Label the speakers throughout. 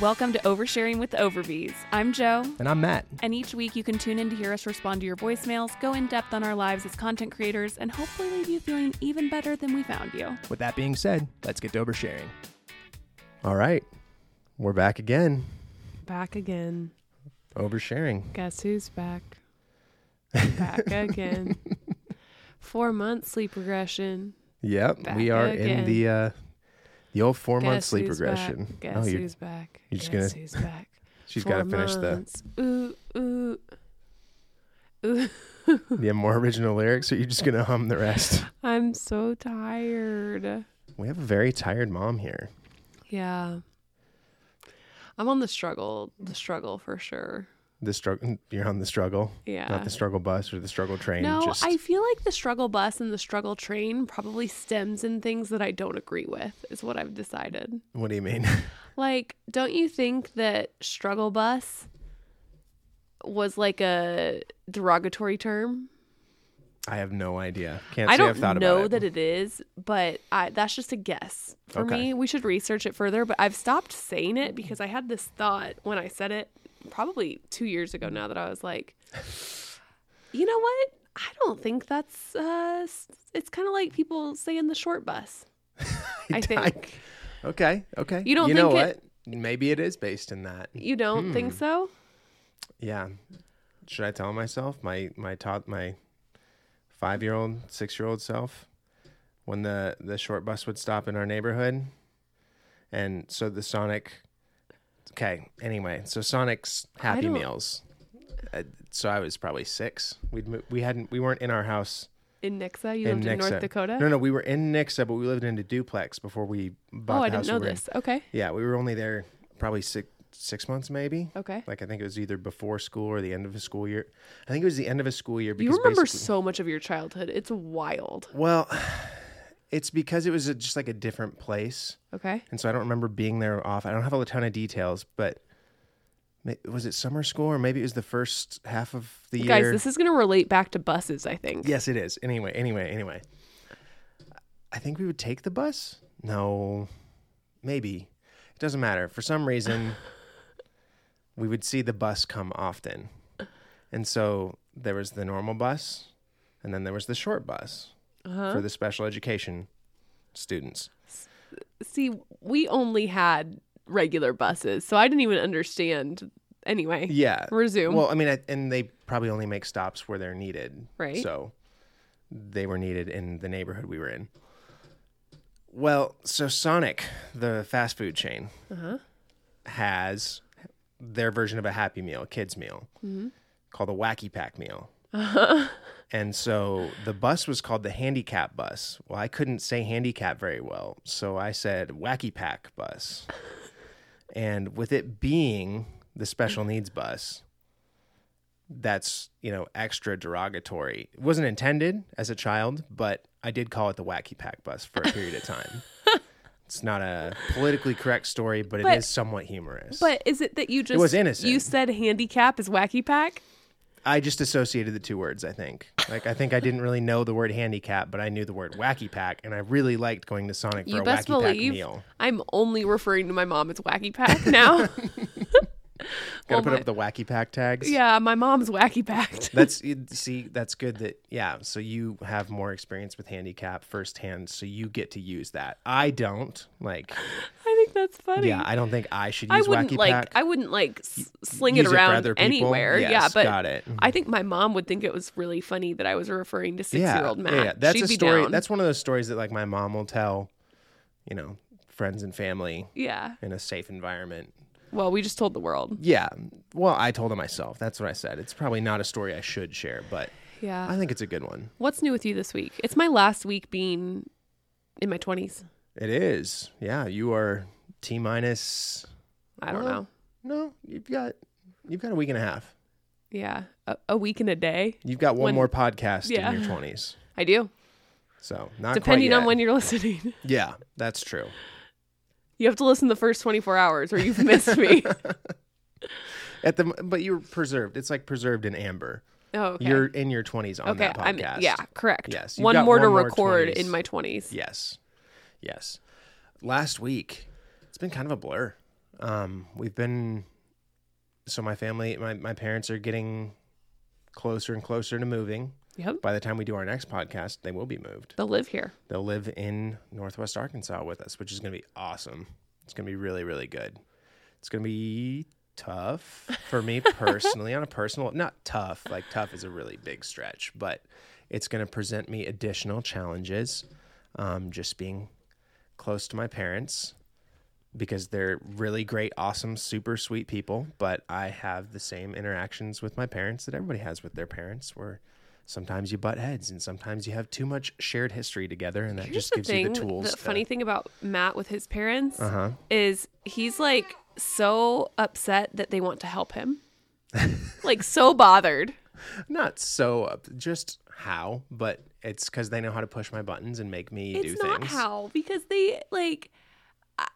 Speaker 1: Welcome to Oversharing with the Overbees. I'm Joe.
Speaker 2: And I'm Matt.
Speaker 1: And each week you can tune in to hear us respond to your voicemails, go in depth on our lives as content creators, and hopefully leave you feeling even better than we found you.
Speaker 2: With that being said, let's get to oversharing. All right. We're back again.
Speaker 3: Back again.
Speaker 2: Oversharing.
Speaker 3: Guess who's back? Back again. Four month sleep regression.
Speaker 2: Yep.
Speaker 3: Back
Speaker 2: we are in
Speaker 3: again.
Speaker 2: the uh the old four month
Speaker 3: Guess
Speaker 2: sleep
Speaker 3: who's
Speaker 2: regression.
Speaker 3: Back? Guess
Speaker 2: oh, you're,
Speaker 3: who's back?
Speaker 2: you're just
Speaker 3: Guess
Speaker 2: gonna-
Speaker 3: who's back?
Speaker 2: she's got to finish the
Speaker 3: the. Ooh ooh. Ooh.
Speaker 2: the more original lyrics. Or you're just gonna hum the rest.
Speaker 3: I'm so tired.
Speaker 2: We have a very tired mom here.
Speaker 3: Yeah. I'm on the struggle. The struggle for sure.
Speaker 2: The struggle. You're on the struggle,
Speaker 3: Yeah.
Speaker 2: not the struggle bus or the struggle train.
Speaker 3: Uh, no,
Speaker 2: just
Speaker 3: I feel like the struggle bus and the struggle train probably stems in things that I don't agree with, is what I've decided.
Speaker 2: what do you mean?
Speaker 3: Like, don't you think that struggle bus was like a derogatory term?
Speaker 2: I have no idea. Can't
Speaker 3: I
Speaker 2: say
Speaker 3: don't
Speaker 2: I've thought
Speaker 3: know
Speaker 2: about it.
Speaker 3: that it is, but I, that's just a guess for
Speaker 2: Okay.
Speaker 3: me. We should research it further, but I've stopped saying it because I had this thought when I said it probably two years ago now that I was like, you know what? I don't think that's, uh, s- it's kind of like people saying the short bus. I think.
Speaker 2: okay. Okay.
Speaker 3: You don't
Speaker 2: You know
Speaker 3: think it-
Speaker 2: what? Maybe it is based in that.
Speaker 3: You don't think
Speaker 2: hmm.
Speaker 3: so?
Speaker 2: Yeah. Should I tell myself my my taught my five year old, six year old self when the the short bus would stop in our neighborhood, and so the Sonic. Okay. Anyway, so Sonic's Happy
Speaker 3: don't-
Speaker 2: Meals. Uh, so I was probably six. We'd mo- we hadn't we weren't in our house
Speaker 3: In Nixa, you
Speaker 2: in
Speaker 3: lived in
Speaker 2: Nixa.
Speaker 3: North Dakota?
Speaker 2: No, no, we were in Nixa, but we lived in a duplex before we bought
Speaker 3: Oh,
Speaker 2: the
Speaker 3: I didn't
Speaker 2: house we
Speaker 3: know
Speaker 2: were in.
Speaker 3: this. Okay.
Speaker 2: Yeah, we were only there probably six six months maybe.
Speaker 3: Okay.
Speaker 2: Like I think it was either before school or the end of a school year. I think it was the end of a school year
Speaker 3: You
Speaker 2: because
Speaker 3: remember
Speaker 2: basically-
Speaker 3: so much of your childhood. It's wild.
Speaker 2: well, it's because it was a, just like a different place,
Speaker 3: Okay.
Speaker 2: and so I don't remember being there off. I don't have a ton of details, but ma- was it summer school or maybe it was the first half of the year?
Speaker 3: Guys, this is going to relate back to buses, I think.
Speaker 2: yes, it is. Anyway, anyway, anyway. I think we would take the bus. No, maybe it doesn't matter. For some reason, we would see the bus come often. And so there was the normal bus, and then there was the short bus for the special education students.
Speaker 3: See, we only had regular buses, so I didn't even understand. Anyway,
Speaker 2: Yeah.
Speaker 3: resume.
Speaker 2: Well, I mean, I, and they probably only make stops where they're needed.
Speaker 3: Right.
Speaker 2: So they were needed in the neighborhood we were in. Well, so Sonic, the fast food chain,
Speaker 3: Uh-huh.
Speaker 2: has their version of a Happy Meal, a kids meal, called a Wacky Pack meal.
Speaker 3: Uh-huh.
Speaker 2: And so the bus was called the handicap bus. Well, I couldn't say handicap very well, so I said wacky pack bus. and with it being the special needs bus, that's, you know, extra derogatory. It wasn't intended as a child, but I did call it the wacky pack bus for a period of time. it's not a politically correct story, but,
Speaker 3: But-
Speaker 2: it is somewhat humorous.
Speaker 3: but is it that you just
Speaker 2: was innocent.
Speaker 3: You said handicap is wacky pack.
Speaker 2: I just associated the two words, I think. Like I think I didn't really know the word handicap, but I knew the word wacky pack and I really liked going to Sonic for
Speaker 3: You
Speaker 2: a
Speaker 3: best
Speaker 2: wacky pack
Speaker 3: believe
Speaker 2: meal.
Speaker 3: I'm only referring to my mom as wacky pack now.
Speaker 2: Gotta
Speaker 3: Oh
Speaker 2: put
Speaker 3: my-
Speaker 2: up the wacky pack tags.
Speaker 3: yeah, my mom's wacky packed.
Speaker 2: That's you- see, that's good that yeah, so you have more experience with handicap firsthand, so you get to use that. I don't. Like
Speaker 3: I think that's funny.
Speaker 2: yeah, I don't think I should
Speaker 3: I
Speaker 2: use
Speaker 3: wouldn't
Speaker 2: wacky
Speaker 3: like
Speaker 2: pack.
Speaker 3: I wouldn't like s- sling
Speaker 2: use
Speaker 3: it
Speaker 2: it for
Speaker 3: around
Speaker 2: other people?
Speaker 3: anywhere.
Speaker 2: Yes,
Speaker 3: yeah, but
Speaker 2: got it.
Speaker 3: I think my mom would think it was really funny that I was referring to six year old Matt.
Speaker 2: That's
Speaker 3: She'd
Speaker 2: a
Speaker 3: be
Speaker 2: story
Speaker 3: Down.
Speaker 2: that's one of those stories that like my mom will tell, you know, friends and family
Speaker 3: yeah.
Speaker 2: in a safe environment.
Speaker 3: Well, we just told the world.
Speaker 2: Yeah. Well, I told him myself. That's what I said. It's probably not a story I should share, but
Speaker 3: Yeah.
Speaker 2: I think it's a good one.
Speaker 3: What's new with you this week? It's my last week being in my twenties.
Speaker 2: It is. Yeah, you are T minus
Speaker 3: I don't
Speaker 2: Well-
Speaker 3: know.
Speaker 2: No, you've got you've got a week and a half.
Speaker 3: Yeah, a, a week and a day.
Speaker 2: You've got one
Speaker 3: When-
Speaker 2: more podcast
Speaker 3: Yeah.
Speaker 2: in your 20s.
Speaker 3: I do,
Speaker 2: So, not
Speaker 3: depending
Speaker 2: quite
Speaker 3: on
Speaker 2: yet.
Speaker 3: when you're listening.
Speaker 2: Yeah, that's true.
Speaker 3: You have to listen the first 24 hours, or you've missed me.
Speaker 2: At the but you're preserved. It's like preserved in amber.
Speaker 3: oh, okay.
Speaker 2: You're in your 20s on
Speaker 3: okay.
Speaker 2: that
Speaker 3: I'm
Speaker 2: podcast.
Speaker 3: yeah, correct.
Speaker 2: Yes, you've
Speaker 3: one
Speaker 2: got
Speaker 3: more to
Speaker 2: one more
Speaker 3: record
Speaker 2: 20s.
Speaker 3: in my 20s.
Speaker 2: Yes. Yes. Last week, it's been kind of a blur. Um, we've been so my family, my my parents are getting closer and closer to moving.
Speaker 3: Yep.
Speaker 2: By the time we do our next podcast, they will be moved.
Speaker 3: They'll live here.
Speaker 2: They'll live in Northwest Arkansas with us, which is going to be awesome. It's going to be really, really good. It's going to be tough for me personally on a personal, not tough, like tough is a really big stretch, but it's going to present me additional challenges. Um, just being close to my parents because they're really great, awesome, super sweet people, but I have the same interactions with my parents that everybody has with their parents where sometimes you butt heads and sometimes you have too much shared history together and that
Speaker 3: Here's
Speaker 2: just gives you the tools. to-
Speaker 3: funny thing about Matt with his parents
Speaker 2: Uh-huh.
Speaker 3: is he's like so upset that they want to help him, like so bothered.
Speaker 2: Not so up, just how, but it's because they know how to push my buttons and make me do
Speaker 3: It's not
Speaker 2: things.
Speaker 3: how because they like. I,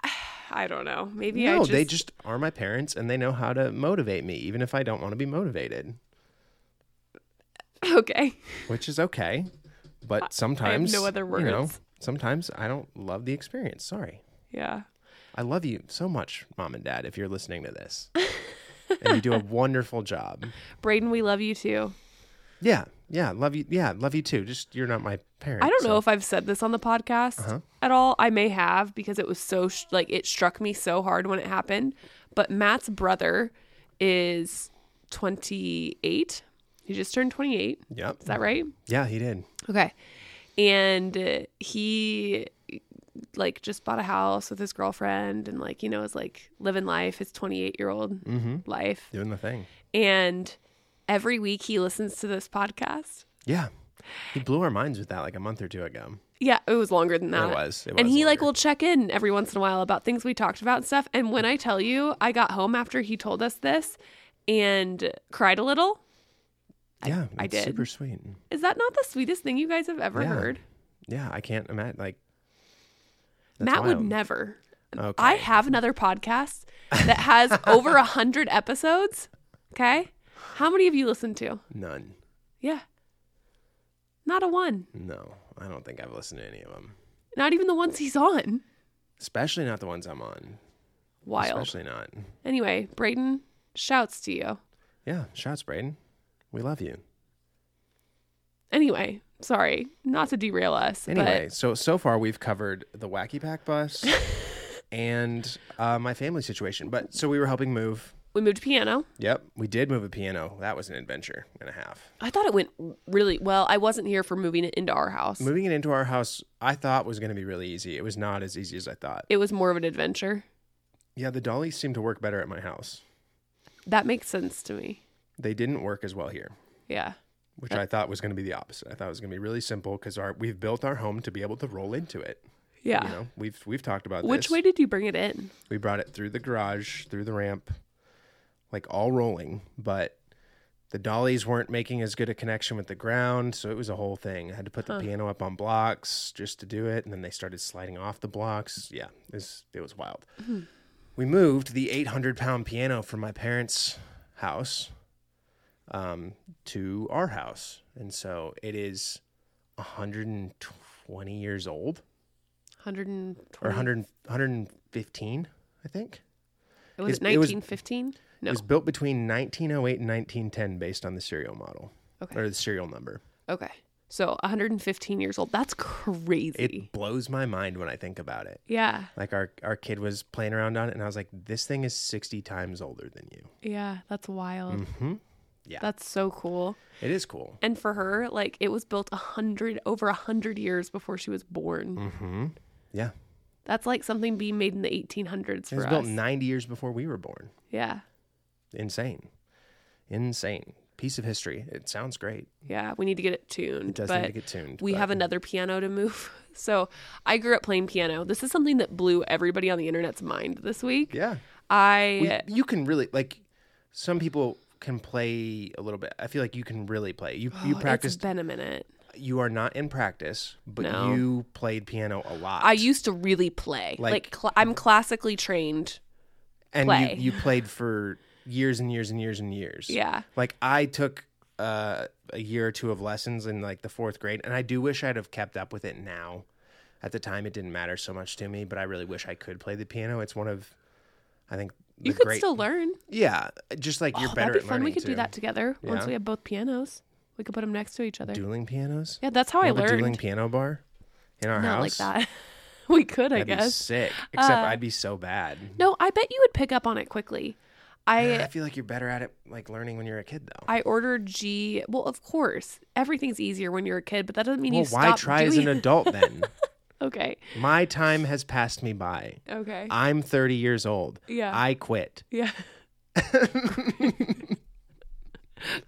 Speaker 3: I don't know. Maybe I
Speaker 2: no,
Speaker 3: just,
Speaker 2: they just are my parents and they know how to motivate me, even if I don't want to be motivated,
Speaker 3: okay.
Speaker 2: which is okay. But sometimes,
Speaker 3: no other
Speaker 2: You know,
Speaker 3: words.
Speaker 2: sometimes I don't love the experience. Sorry.
Speaker 3: Yeah.
Speaker 2: I love you so much, mom and dad, if you're listening to this. and you do a wonderful job.
Speaker 3: Braden, we love you too.
Speaker 2: Yeah. Yeah. Love you. Yeah. Love you too. Just you're not my parent.
Speaker 3: I don't
Speaker 2: so- Uh-huh.
Speaker 3: know if I've said this on the podcast at all. I may have because it was so sh- like it struck me so hard when it happened. But Matt's brother is 28. He just turned 28. Is
Speaker 2: Yep.
Speaker 3: that right?
Speaker 2: Yeah, he did.
Speaker 3: Okay. And uh, he like just bought a house with his girlfriend and like you know is like living life his 28 year old
Speaker 2: Mm-hmm.
Speaker 3: life
Speaker 2: Doing the thing.
Speaker 3: and every week he listens to this podcast
Speaker 2: Yeah. He blew our minds with that like a month or two ago.
Speaker 3: Yeah, it was longer than that.
Speaker 2: was. It
Speaker 3: Uh, and
Speaker 2: was
Speaker 3: he like
Speaker 2: longer.
Speaker 3: will check in every once in a while about things we talked about and stuff. And when I tell you, I got home after he told us this and cried a little.
Speaker 2: Yeah.
Speaker 3: I
Speaker 2: it's
Speaker 3: did.
Speaker 2: Super sweet.
Speaker 3: Is that not the sweetest thing you guys have ever
Speaker 2: Yeah.
Speaker 3: heard?
Speaker 2: Yeah. I can't imagine. Like, that's
Speaker 3: Matt would
Speaker 2: wild.
Speaker 3: never.
Speaker 2: Okay.
Speaker 3: I have another podcast that has over a hundred episodes. Okay, how many have you listened to?
Speaker 2: None.
Speaker 3: Yeah, not a one.
Speaker 2: No. I don't think I've listened to any of them,
Speaker 3: Not even the ones he's on.
Speaker 2: especially not the ones I'm on.
Speaker 3: Wild.
Speaker 2: Especially not.
Speaker 3: Anyway, Brayden, shouts to you.
Speaker 2: Yeah. Shouts, Braden. We love you.
Speaker 3: Anyway, sorry, not to derail us.
Speaker 2: Anyway,
Speaker 3: but
Speaker 2: so so far we've covered the Wacky Pack bus and uh, my family situation. But so we were helping move.
Speaker 3: we moved to piano.
Speaker 2: Yep, we did move a piano. That was an adventure and a half.
Speaker 3: I thought it went really well. I wasn't here for moving it into our house.
Speaker 2: Moving it into our house, I thought was going to be really easy. It was not as easy as I thought.
Speaker 3: It was more of an adventure.
Speaker 2: Yeah, the dollies seem to work better at my house.
Speaker 3: That makes sense to me.
Speaker 2: They didn't work as well here,
Speaker 3: Yeah.
Speaker 2: which
Speaker 3: Uh
Speaker 2: I thought was going to be the opposite. I thought it was going to be really simple because our we've built our home to be able to roll into it.
Speaker 3: Yeah.
Speaker 2: You know, we've we've talked about
Speaker 3: Which
Speaker 2: this.
Speaker 3: way did you bring it in?
Speaker 2: We brought it through the garage, through the ramp, like all rolling, but the dollies weren't making as good a connection with the ground, so it was a whole thing. I had to put the piano up on blocks just to do it, and then they started sliding off the blocks. Yeah, this it was wild. We moved the 800 pound piano from my parents' house um, to our house, and so it is 120 years old
Speaker 3: 120.
Speaker 2: or 100, 115, I think.
Speaker 3: was it
Speaker 2: it's- it was-
Speaker 3: 1915? No.
Speaker 2: It was built between 1908 and 1910 based on the serial model
Speaker 3: Okay.
Speaker 2: or the serial number.
Speaker 3: Okay. So 115 years old. That's crazy.
Speaker 2: It blows my mind when I think about it.
Speaker 3: yeah.
Speaker 2: Like our, our kid was playing around on it, and I was like, this thing is 60 times older than you.
Speaker 3: Yeah. That's wild.
Speaker 2: Mm-hmm. Yeah.
Speaker 3: That's so cool.
Speaker 2: It is cool.
Speaker 3: And for her, like it was built a hundred over a hundred years before she was born.
Speaker 2: Mm. Yeah.
Speaker 3: That's like something being made in the 1800s
Speaker 2: It
Speaker 3: for
Speaker 2: was
Speaker 3: us.
Speaker 2: built 90 years before we were born.
Speaker 3: yeah.
Speaker 2: Insane. Insane. Piece of history. It sounds great.
Speaker 3: Yeah, we need to get it tuned.
Speaker 2: It does
Speaker 3: but
Speaker 2: need to get tuned.
Speaker 3: we
Speaker 2: but-
Speaker 3: have another piano to move. So I grew up playing piano. This is something that blew everybody on the internet's mind this week.
Speaker 2: Yeah.
Speaker 3: I
Speaker 2: We- you can really, like, some people can play a little bit. I feel like you can really play. You, you
Speaker 3: Oh, It's
Speaker 2: practiced
Speaker 3: been a minute.
Speaker 2: you are not in practice, but
Speaker 3: No.
Speaker 2: you played piano a lot.
Speaker 3: I used to really play. Like,
Speaker 2: Like-
Speaker 3: cl- I'm classically trained.
Speaker 2: and
Speaker 3: play.
Speaker 2: You, you played for years and years and years and years.
Speaker 3: Yeah.
Speaker 2: Like I took uh, a year or two of lessons in like the fourth grade, and I do wish I'd have kept up with it now. At the time, it didn't matter so much to me, but I really wish I could play the piano. It's one of I think the
Speaker 3: You could
Speaker 2: great
Speaker 3: still learn.
Speaker 2: yeah, just like you're
Speaker 3: Oh,
Speaker 2: better
Speaker 3: that'd be
Speaker 2: at
Speaker 3: fun.
Speaker 2: learning.
Speaker 3: We could
Speaker 2: too.
Speaker 3: do that together once
Speaker 2: Yeah.
Speaker 3: we have both pianos. We could put them next to each other.
Speaker 2: Dueling pianos.
Speaker 3: yeah, that's how
Speaker 2: We
Speaker 3: I
Speaker 2: have a dueling
Speaker 3: learned.
Speaker 2: piano bar in our
Speaker 3: Not like
Speaker 2: house.
Speaker 3: that. we could, I
Speaker 2: That'd be
Speaker 3: guess.
Speaker 2: sick. Except
Speaker 3: Uh,
Speaker 2: I'd be so bad.
Speaker 3: No, I bet you would pick up on it quickly.
Speaker 2: I
Speaker 3: I
Speaker 2: feel like you're better at it, like learning when you're a kid, though.
Speaker 3: I ordered G. Well, of course, everything's easier when you're a kid, but that doesn't mean
Speaker 2: well,
Speaker 3: you
Speaker 2: why
Speaker 3: stop
Speaker 2: try as
Speaker 3: doing
Speaker 2: an adult then?
Speaker 3: Okay.
Speaker 2: My time has passed me by.
Speaker 3: Okay.
Speaker 2: I'm 30 years old.
Speaker 3: yeah.
Speaker 2: I quit.
Speaker 3: yeah.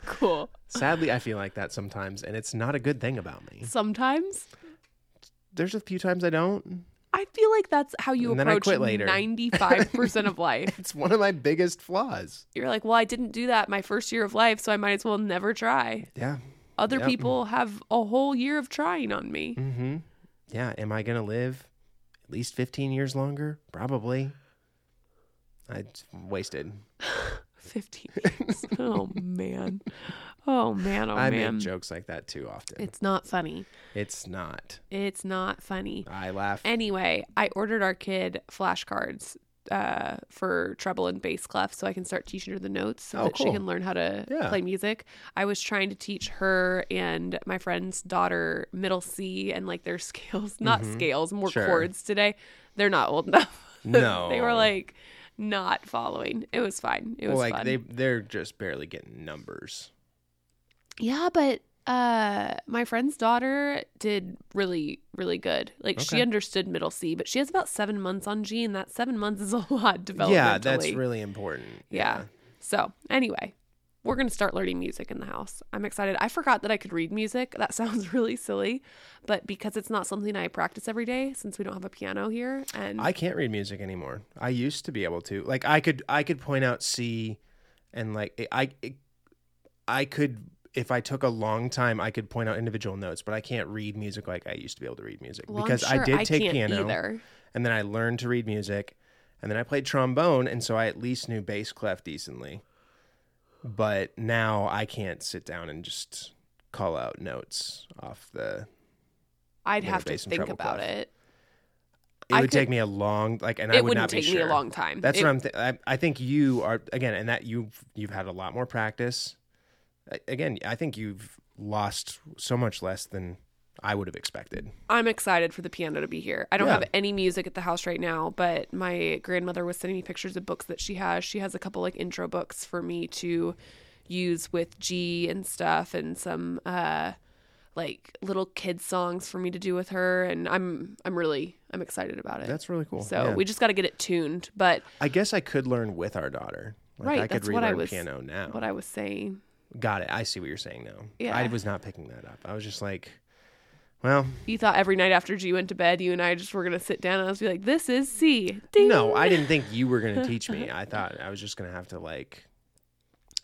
Speaker 3: cool.
Speaker 2: Sadly, I feel like that sometimes, and it's not a good thing about me.
Speaker 3: Sometimes
Speaker 2: There's a few times I don't.
Speaker 3: I feel like that's how you
Speaker 2: And then I
Speaker 3: approach
Speaker 2: quit later.
Speaker 3: 95% of life.
Speaker 2: It's one of my biggest flaws.
Speaker 3: You're like, "Well, I didn't do that my first year of life, so I might as well never try."
Speaker 2: Yeah.
Speaker 3: Other
Speaker 2: Yep.
Speaker 3: people have a whole year of trying on me.
Speaker 2: Mm-hmm. Yeah. Am I gonna live at least 15 years longer? Probably. I wasted.
Speaker 3: 15 years. oh man. Oh man, oh
Speaker 2: I
Speaker 3: man.
Speaker 2: make jokes like that too often.
Speaker 3: It's not funny.
Speaker 2: it's not.
Speaker 3: It's not funny.
Speaker 2: I laugh.
Speaker 3: Anyway, I ordered our kid flashcards uh, for treble and bass clef so I can start teaching her the notes so
Speaker 2: Oh,
Speaker 3: that she
Speaker 2: cool.
Speaker 3: can learn how to
Speaker 2: Yeah.
Speaker 3: play music. I was trying to teach her and my friend's daughter middle C and like their scales, not scales, more
Speaker 2: Mm-hmm. Sure.
Speaker 3: chords today. They're not old enough. they were
Speaker 2: No.
Speaker 3: like not following. It was fine. It was
Speaker 2: well, like
Speaker 3: fun.
Speaker 2: they they're just barely getting numbers.
Speaker 3: Yeah, but uh my friend's daughter did really really good. Like she
Speaker 2: Okay.
Speaker 3: understood middle C, but she has about 7 months on G and that 7 months is a lot developmentally.
Speaker 2: Yeah, that's really important.
Speaker 3: Yeah. So, anyway, we're going to start learning music in the house. I'm excited. I forgot that I could read music. That sounds really silly, but because it's not something I practice every day since we don't have a piano here and
Speaker 2: I can't read music anymore. I used to be able to. Like I could I could point out C and like I I, I could if I took a long time I could point out individual notes, but I can't read music like I used to be able to read music
Speaker 3: Well, I'm
Speaker 2: because
Speaker 3: sure
Speaker 2: I did take
Speaker 3: can't
Speaker 2: piano
Speaker 3: Either.
Speaker 2: and then I learned to read music and then I played trombone and so I at least knew bass clef decently. But now I can't sit down and just call out notes off the
Speaker 3: I'd
Speaker 2: Middle
Speaker 3: have to
Speaker 2: bass and
Speaker 3: think
Speaker 2: treble
Speaker 3: about
Speaker 2: clef.
Speaker 3: it.
Speaker 2: it
Speaker 3: I
Speaker 2: would
Speaker 3: could-
Speaker 2: take me a long like and I
Speaker 3: it
Speaker 2: would
Speaker 3: wouldn't
Speaker 2: not be
Speaker 3: take
Speaker 2: sure.
Speaker 3: me a long time.
Speaker 2: That's
Speaker 3: It-
Speaker 2: what I'm. Th- I, I think you are again, and that you have you've had a lot more practice. A- Again, I think you've lost so much less than I would have expected.
Speaker 3: I'm excited for the piano to be here. I don't
Speaker 2: Yeah.
Speaker 3: have any music at the house right now, but my grandmother was sending me pictures of books that she has. She has a couple like intro books for me to use with G and stuff and some uh like little kid songs for me to do with her and I'm I'm really I'm excited about it.
Speaker 2: That's really cool.
Speaker 3: so
Speaker 2: Yeah.
Speaker 3: we just got to get it tuned, but
Speaker 2: I guess I could learn with our daughter. Like,
Speaker 3: Right,
Speaker 2: I could
Speaker 3: that's what I
Speaker 2: relearn
Speaker 3: was-
Speaker 2: piano now.
Speaker 3: what I was saying,
Speaker 2: Got it. I see what you're saying now.
Speaker 3: Yeah.
Speaker 2: I was not picking that up. I was just like, well,
Speaker 3: you thought every night after G went to bed, you and I just were going to sit down and I was be like, "This is C." Ding.
Speaker 2: no, I didn't think you were going to teach me. I thought I was just going to have to like.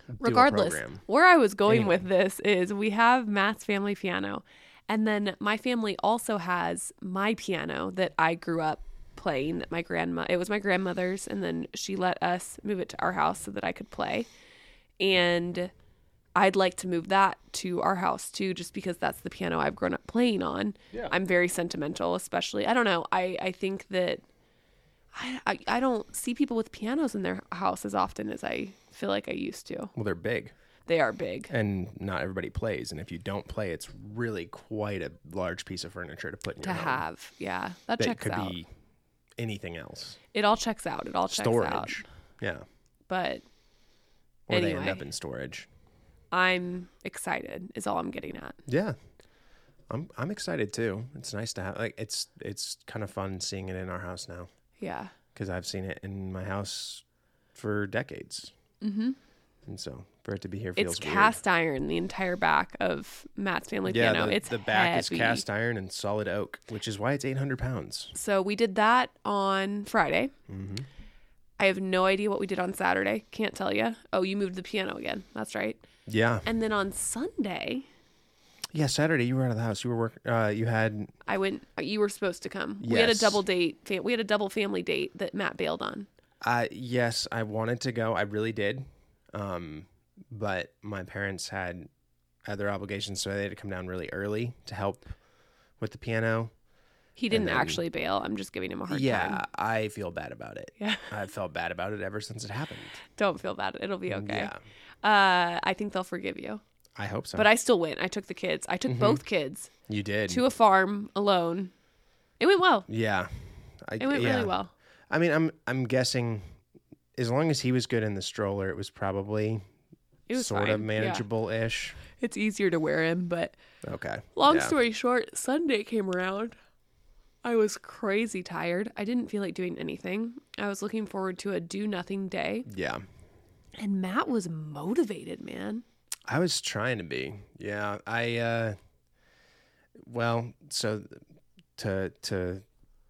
Speaker 2: do a
Speaker 3: regardless
Speaker 2: program.
Speaker 3: where i was going
Speaker 2: Anyway.
Speaker 3: with this is we have matt's family piano and then my family also has my piano that i grew up playing that my grandma it was my grandmother's and then she let us move it to our house so that i could play and i'd like to move that to our house too just because that's the piano i've grown up playing on
Speaker 2: Yeah.
Speaker 3: i'm very sentimental especially i don't know i i think that I, I, I don't see people with pianos in their house as often as I feel like I used to.
Speaker 2: Well, they're big.
Speaker 3: They are big.
Speaker 2: and not everybody plays. And if you don't play, it's really quite a large piece of furniture to put in
Speaker 3: to
Speaker 2: your home.
Speaker 3: have. Yeah, that,
Speaker 2: that
Speaker 3: checks
Speaker 2: could
Speaker 3: out.
Speaker 2: be anything else,
Speaker 3: It all checks out. It all checks out.
Speaker 2: storage, yeah,
Speaker 3: But
Speaker 2: or they end
Speaker 3: Anyway.
Speaker 2: up in storage.
Speaker 3: I'm excited. Is all I'm getting at.
Speaker 2: Yeah, I'm I'm excited too. It's nice to have like it's it's kind of fun seeing it in our house now
Speaker 3: Yeah.
Speaker 2: because I've seen it in my house for decades, mm-hmm. and so for it to be here feels
Speaker 3: it's
Speaker 2: weird.
Speaker 3: cast iron. The entire back of Matt's family
Speaker 2: yeah,
Speaker 3: piano.
Speaker 2: the,
Speaker 3: it's
Speaker 2: the back is
Speaker 3: heavy.
Speaker 2: cast iron and solid oak, which is why it's 800 pounds.
Speaker 3: So we did that on Friday.
Speaker 2: Mhm.
Speaker 3: I have no idea what we did on Saturday. Can't tell you. Oh, you moved the piano again. That's right.
Speaker 2: Yeah,
Speaker 3: And then on Sunday,
Speaker 2: yeah. Saturday you were out of the house. You were work. Uh, you had
Speaker 3: I went. You were supposed to come. We had a
Speaker 2: Yes.
Speaker 3: double date. fa- We had a double family date that Matt bailed on.
Speaker 2: Uh, yes, I wanted to go. I really did. Um, but my parents had other obligations, so they had to come down really early to help with the piano.
Speaker 3: He didn't
Speaker 2: then-
Speaker 3: actually bail. I'm just giving him a hard
Speaker 2: yeah,
Speaker 3: time.
Speaker 2: I feel bad about it.
Speaker 3: Yeah.
Speaker 2: I felt bad about it ever since it happened.
Speaker 3: Don't feel bad. It'll be okay.
Speaker 2: Yeah.
Speaker 3: Uh, I think they'll forgive you.
Speaker 2: I hope so.
Speaker 3: But I still went. I took the kids. I took
Speaker 2: Mm-hmm.
Speaker 3: both kids
Speaker 2: you did.
Speaker 3: to a farm alone. It went well.
Speaker 2: yeah. I,
Speaker 3: It went
Speaker 2: yeah.
Speaker 3: really well.
Speaker 2: I mean, I'm I'm guessing as long as he was good in the stroller, it was probably
Speaker 3: It was
Speaker 2: sort
Speaker 3: fine.
Speaker 2: of
Speaker 3: Yeah.
Speaker 2: manageable ish.
Speaker 3: It's easier to wear him, but
Speaker 2: Okay.
Speaker 3: long
Speaker 2: Yeah.
Speaker 3: story short, Sunday came around. I was crazy tired. I didn't feel like doing anything. I was looking forward to a do nothing day.
Speaker 2: Yeah.
Speaker 3: And Matt was motivated, man.
Speaker 2: I was trying to be. Yeah. I uh well, so to to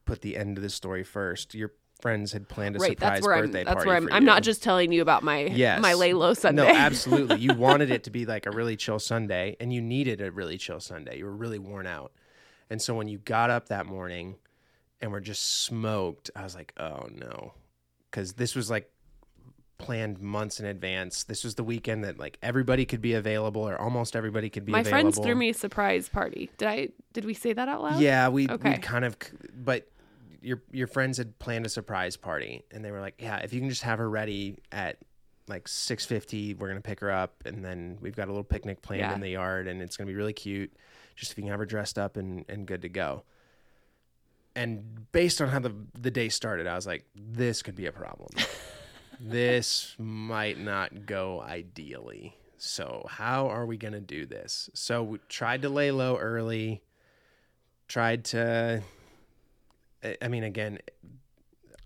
Speaker 2: put the end of the story first, your friends had planned a
Speaker 3: right,
Speaker 2: surprise
Speaker 3: that's where I'm
Speaker 2: birthday
Speaker 3: that's
Speaker 2: party
Speaker 3: where I'm
Speaker 2: for
Speaker 3: I'm
Speaker 2: you.
Speaker 3: not just telling you about my
Speaker 2: yes.
Speaker 3: my lay low Sunday.
Speaker 2: No, absolutely. You wanted it to be like a really chill Sunday, and you needed a really chill Sunday. You were really worn out, and so when you got up that morning, and were just smoked, I was like, oh no, because this was like planned months in advance. This was the weekend that like everybody could be available, or almost everybody could be.
Speaker 3: my
Speaker 2: available.
Speaker 3: friends threw me a surprise party. Did I did we say that out loud?
Speaker 2: Yeah, we
Speaker 3: Okay.
Speaker 2: we kind of, but your your friends had planned a surprise party, and they were like, "Yeah, if you can just have her ready at like six fifty, we're gonna pick her up, and then we've got a little picnic planned
Speaker 3: Yeah.
Speaker 2: in the yard, and it's gonna be really cute. Just if you can have her dressed up and and good to go." And based on how the the day started, I was like, "This could be a problem. this might not go ideally." So how are we gonna do this? So we tried to lay low early tried to I- i mean again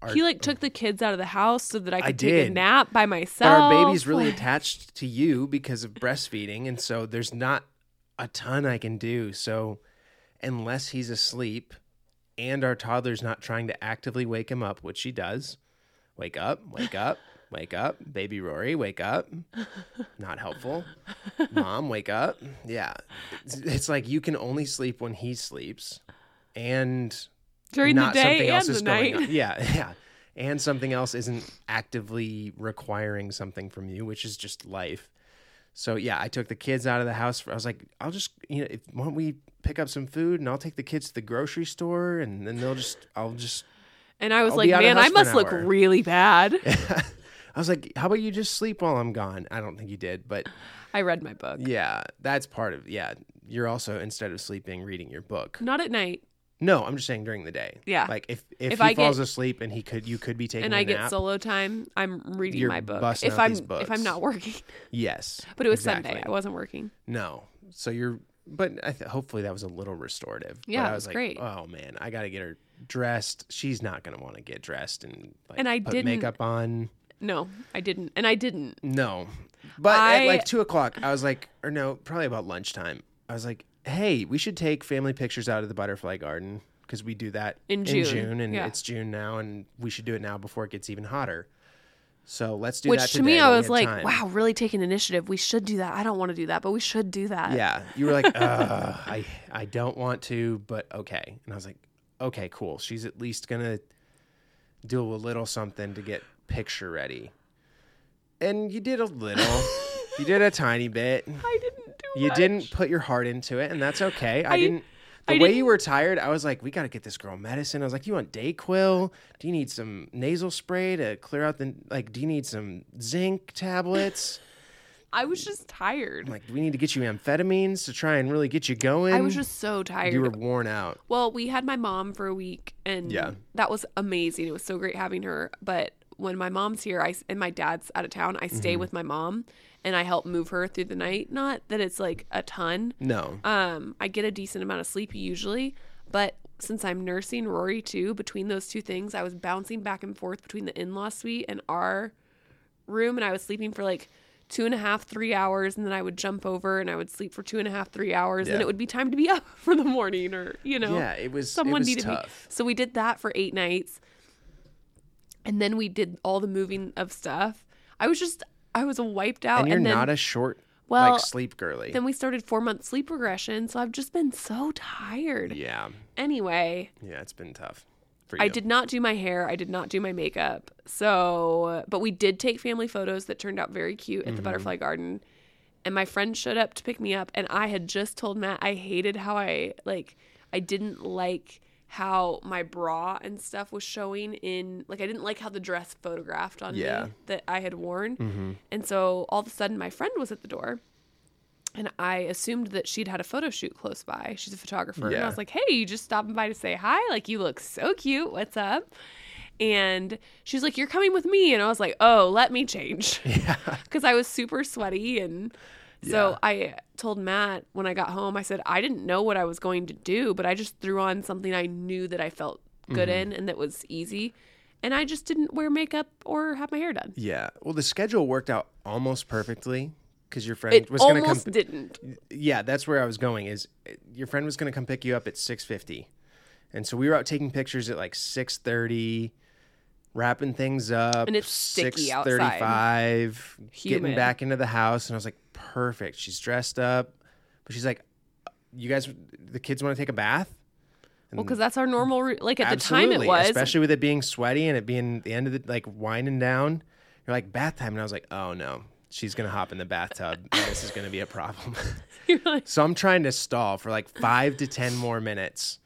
Speaker 2: our,
Speaker 3: He like took the kids out of the house so that I could take a
Speaker 2: did.
Speaker 3: nap by myself.
Speaker 2: our baby's really attached to you because of breastfeeding and so there's not a ton i can do so unless he's asleep and our toddler's not trying to actively wake him up which she does wake up wake up wake up baby rory wake up not helpful mom wake up yeah it's, it's like you can only sleep when he sleeps and
Speaker 3: during
Speaker 2: not
Speaker 3: the
Speaker 2: something
Speaker 3: day and
Speaker 2: else is
Speaker 3: the
Speaker 2: going
Speaker 3: night.
Speaker 2: on. Yeah, yeah. And something else isn't actively requiring something from you, which is just life. So yeah, I took the kids out of the house. For, I was like, I'll just you know, if, why don't we pick up some food and I'll take the kids to the grocery store and then they'll just I'll just
Speaker 3: And I was
Speaker 2: I'll
Speaker 3: like,
Speaker 2: be out of
Speaker 3: man,
Speaker 2: house for
Speaker 3: I
Speaker 2: an
Speaker 3: must look
Speaker 2: hour."
Speaker 3: really bad.
Speaker 2: I was like, how about you just sleep while I'm gone? I don't think you did, but
Speaker 3: I read my book.
Speaker 2: yeah, that's part of yeah. You're also instead of sleeping, reading your book.
Speaker 3: Not at night.
Speaker 2: No, I'm just saying during the day.
Speaker 3: Yeah.
Speaker 2: like if if,
Speaker 3: If
Speaker 2: he
Speaker 3: I get-
Speaker 2: falls asleep and he could you could be taking
Speaker 3: and
Speaker 2: a
Speaker 3: I get
Speaker 2: nap.
Speaker 3: solo time, I'm reading
Speaker 2: You're
Speaker 3: my book.
Speaker 2: busting
Speaker 3: If
Speaker 2: out
Speaker 3: I'm
Speaker 2: these
Speaker 3: if
Speaker 2: books.
Speaker 3: I'm not working.
Speaker 2: yes,
Speaker 3: But it was Sunday.
Speaker 2: exactly.
Speaker 3: I wasn't working.
Speaker 2: No. So you're, but I th- hopefully that was a little restorative.
Speaker 3: Yeah,
Speaker 2: but
Speaker 3: it
Speaker 2: I
Speaker 3: was
Speaker 2: was like,
Speaker 3: great.
Speaker 2: oh man, I got to get her dressed. She's not going to want to get dressed and like,
Speaker 3: And I
Speaker 2: put
Speaker 3: didn't-
Speaker 2: makeup on.
Speaker 3: No, I didn't. And I didn't.
Speaker 2: No. But
Speaker 3: I-
Speaker 2: at like two o'clock, I was like, or no, probably about lunchtime, I was like, hey, we should take family pictures out of the butterfly garden because we do that
Speaker 3: In June.
Speaker 2: and
Speaker 3: Yeah.
Speaker 2: it's June now, and we should do it now before it gets even hotter. So let's do
Speaker 3: Which
Speaker 2: that.
Speaker 3: to me
Speaker 2: today
Speaker 3: I
Speaker 2: while we
Speaker 3: was
Speaker 2: have
Speaker 3: like,
Speaker 2: time.
Speaker 3: wow, really taking initiative. We should do that. I don't want to do that, but we should do that.
Speaker 2: Yeah, you were like, Ugh, I I don't want to, but okay. And I was like, okay, cool. She's at least gonna do a little something to get picture ready. And you did a little. you did a tiny bit.
Speaker 3: I didn't do
Speaker 2: You
Speaker 3: much.
Speaker 2: didn't put your heart into it, and that's okay. I,
Speaker 3: I-
Speaker 2: didn't. The
Speaker 3: I
Speaker 2: way
Speaker 3: didn't-
Speaker 2: you were tired, I was like, we got to get this girl medicine. I was like, you want Dayquil? Do you need some nasal spray to clear out the like? Do you need some zinc tablets?
Speaker 3: I was just tired.
Speaker 2: like, do we need to get you amphetamines to try and really get you going?
Speaker 3: I was just so tired.
Speaker 2: You were worn out.
Speaker 3: Well, we had my mom for a week, and
Speaker 2: Yeah.
Speaker 3: that was amazing. It was so great having her. But when my mom's here, I and my dad's out of town, I stay
Speaker 2: Mm-hmm.
Speaker 3: with my mom, and I help move her through the night. Not that it's like a ton.
Speaker 2: No.
Speaker 3: Um, I get a decent amount of sleep usually, but since I'm nursing Rory too, between those two things, I was bouncing back and forth between the in-law suite and our room, and I was sleeping for like two and a half, three hours, and then I would jump over and I would sleep for two and a half, three hours, and
Speaker 2: Yeah.
Speaker 3: it would be time to be up for the morning, or you know,
Speaker 2: yeah, it was
Speaker 3: someone
Speaker 2: it was
Speaker 3: needed
Speaker 2: tough.
Speaker 3: me. So we did that for eight nights. And then we did all the moving of stuff. I was just I was wiped out.
Speaker 2: And you're
Speaker 3: then,
Speaker 2: not a short
Speaker 3: Well,
Speaker 2: like sleep girly.
Speaker 3: then we started four month sleep regression. So I've just been so tired.
Speaker 2: yeah.
Speaker 3: Anyway,
Speaker 2: Yeah, it's been tough for you.
Speaker 3: I did not do my hair. I did not do my makeup. So, but we did take family photos that turned out very cute
Speaker 2: Mm-hmm.
Speaker 3: at the butterfly garden. And my friend showed up to pick me up, and I had just told Matt I hated how I like I didn't like how my bra and stuff was showing in like I didn't like how the dress photographed on
Speaker 2: Yeah. Mm-hmm.
Speaker 3: me that I had worn. And so all of a sudden my friend was at the door and I assumed that she'd had a photo shoot close by. She's a photographer. And I
Speaker 2: Yeah.
Speaker 3: was like, hey, you just stopping by to say hi. Like, you look so cute. What's up? And she's like, you're coming with me. And I was like, oh, let me change. Yeah. Because I was super sweaty. And so
Speaker 2: Yeah.
Speaker 3: I told Matt when I got home, I said, I didn't know what I was going to do, but I just threw on something I knew that I felt good
Speaker 2: Mm-hmm.
Speaker 3: in and that was easy. And I just didn't wear makeup or have my hair done.
Speaker 2: Yeah. Well, the schedule worked out almost perfectly because your friend
Speaker 3: It
Speaker 2: was going to come.
Speaker 3: almost didn't.
Speaker 2: Yeah, that's where I was going. Is uh, your friend was going to come pick you up at six fifty, and so we were out taking pictures at like six thirty, wrapping things up.
Speaker 3: And it's sticky outside.
Speaker 2: 6:35,
Speaker 3: Humid.
Speaker 2: Getting back into the house, and I was like, perfect. She's dressed up, but she's like, you guys, the kids want to take a bath.
Speaker 3: Well, because that's our normal, ru- like at the time
Speaker 2: Mm. Absolutely,
Speaker 3: it was.
Speaker 2: especially with it being sweaty and it being the end of the like winding down. You're like bath time, and I was like, oh no, she's gonna hop in the bathtub. and this is gonna be a problem.
Speaker 3: You're like,
Speaker 2: So I'm trying to stall for like five to ten more minutes.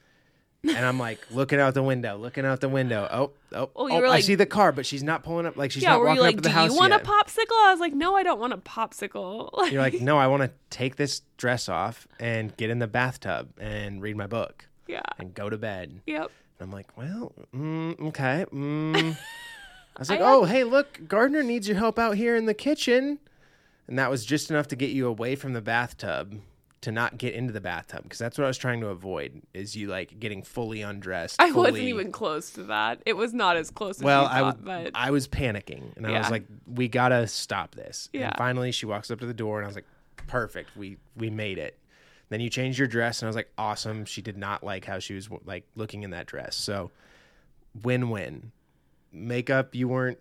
Speaker 2: And I'm like looking out the window, looking out the window. Oh, oh,
Speaker 3: Oh,
Speaker 2: oh,
Speaker 3: you were
Speaker 2: I
Speaker 3: like-
Speaker 2: see the car, but she's not pulling up. Like she's
Speaker 3: yeah,
Speaker 2: not
Speaker 3: were
Speaker 2: walking
Speaker 3: you
Speaker 2: up
Speaker 3: like,
Speaker 2: to the
Speaker 3: do
Speaker 2: house
Speaker 3: you want
Speaker 2: yet.
Speaker 3: a popsicle? I was like, no, I don't want a popsicle. Like,
Speaker 2: You're like, no, I want to take this dress off and get in the bathtub and read my book
Speaker 3: yeah,
Speaker 2: and go to bed. And
Speaker 3: yep.
Speaker 2: I'm like, well, mm, okay. Mm. I was like,
Speaker 3: had-
Speaker 2: oh, hey, look, Gardner needs your help out here in the kitchen. And that was just enough to get you away from the bathtub to not get into the bathtub because that's what I was trying to avoid is you like getting fully undressed.
Speaker 3: I wasn't
Speaker 2: fully-
Speaker 3: even close to that. It was not as close as
Speaker 2: Well,
Speaker 3: you
Speaker 2: I was,
Speaker 3: thought, but
Speaker 2: I was panicking and I
Speaker 3: Yeah.
Speaker 2: was like, we got to stop this.
Speaker 3: Yeah.
Speaker 2: And finally she walks up to the door and I was like, perfect. We, we made it. Then you changed your dress and I was like, awesome. She did not like how she was like looking in that dress. So win-win makeup. You weren't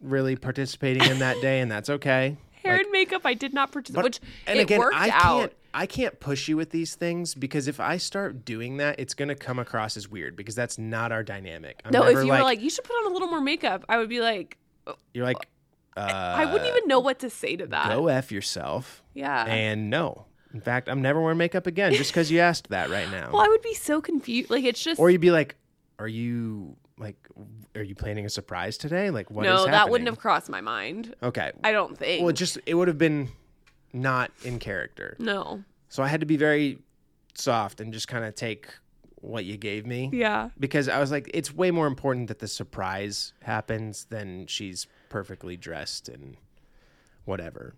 Speaker 2: really participating in that day and that's okay.
Speaker 3: hair
Speaker 2: Like,
Speaker 3: and makeup I did not purchase,
Speaker 2: but-
Speaker 3: which it worked
Speaker 2: I
Speaker 3: out.
Speaker 2: can't I can't push you with these things because if I start doing that, it's gonna come across as weird because that's not our dynamic. I'm
Speaker 3: no, if
Speaker 2: never
Speaker 3: you were like, you should put on a little more makeup, I would be like,
Speaker 2: you're like, uh,
Speaker 3: I wouldn't even know what to say to that.
Speaker 2: go f yourself.
Speaker 3: Yeah.
Speaker 2: And no, in fact, I'm never wearing makeup again just because you asked that right now.
Speaker 3: well, I would be so confused. Like, it's just
Speaker 2: or you'd be like, are you like, are you planning a surprise today? Like, what?
Speaker 3: no,
Speaker 2: is
Speaker 3: that wouldn't have
Speaker 2: happening?
Speaker 3: crossed my mind.
Speaker 2: Okay.
Speaker 3: I don't think.
Speaker 2: well, it just it would have been not in character.
Speaker 3: no.
Speaker 2: So I had to be very soft and just kind of take what you gave me.
Speaker 3: Yeah.
Speaker 2: Because I was like, it's way more important that the surprise happens than she's perfectly dressed and whatever.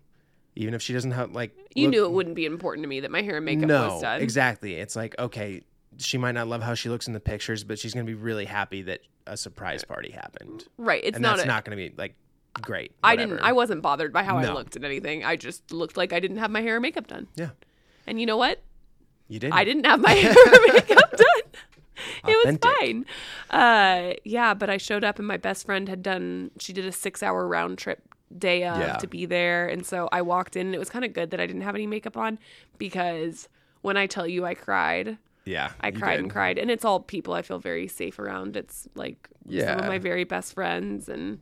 Speaker 2: Even if she doesn't have like
Speaker 3: You
Speaker 2: look-
Speaker 3: knew it wouldn't be important to me that my hair and makeup
Speaker 2: no
Speaker 3: was done.
Speaker 2: exactly. It's like okay, she might not love how she looks in the pictures, but she's gonna be really happy that a surprise party happened,
Speaker 3: Right. It's
Speaker 2: and
Speaker 3: not
Speaker 2: that's
Speaker 3: a,
Speaker 2: not gonna be like great.
Speaker 3: I didn't.
Speaker 2: whatever.
Speaker 3: I wasn't bothered by how I
Speaker 2: No.
Speaker 3: looked at anything. I just looked like I didn't have my hair or makeup done.
Speaker 2: yeah,
Speaker 3: And you know what?
Speaker 2: you did.
Speaker 3: I didn't have my hair or makeup done. It was
Speaker 2: Authentic.
Speaker 3: fine. Uh, yeah, but I showed up and my best friend had done. She did a six-hour round trip day of
Speaker 2: Yeah.
Speaker 3: to be there, and so I walked in. and It was kind of good that I didn't have any makeup on because when I tell you I cried,
Speaker 2: Yeah,
Speaker 3: I
Speaker 2: you
Speaker 3: cried
Speaker 2: did.
Speaker 3: and cried, and it's all people I feel very safe around. It's like some of
Speaker 2: Yeah.
Speaker 3: my very best friends, and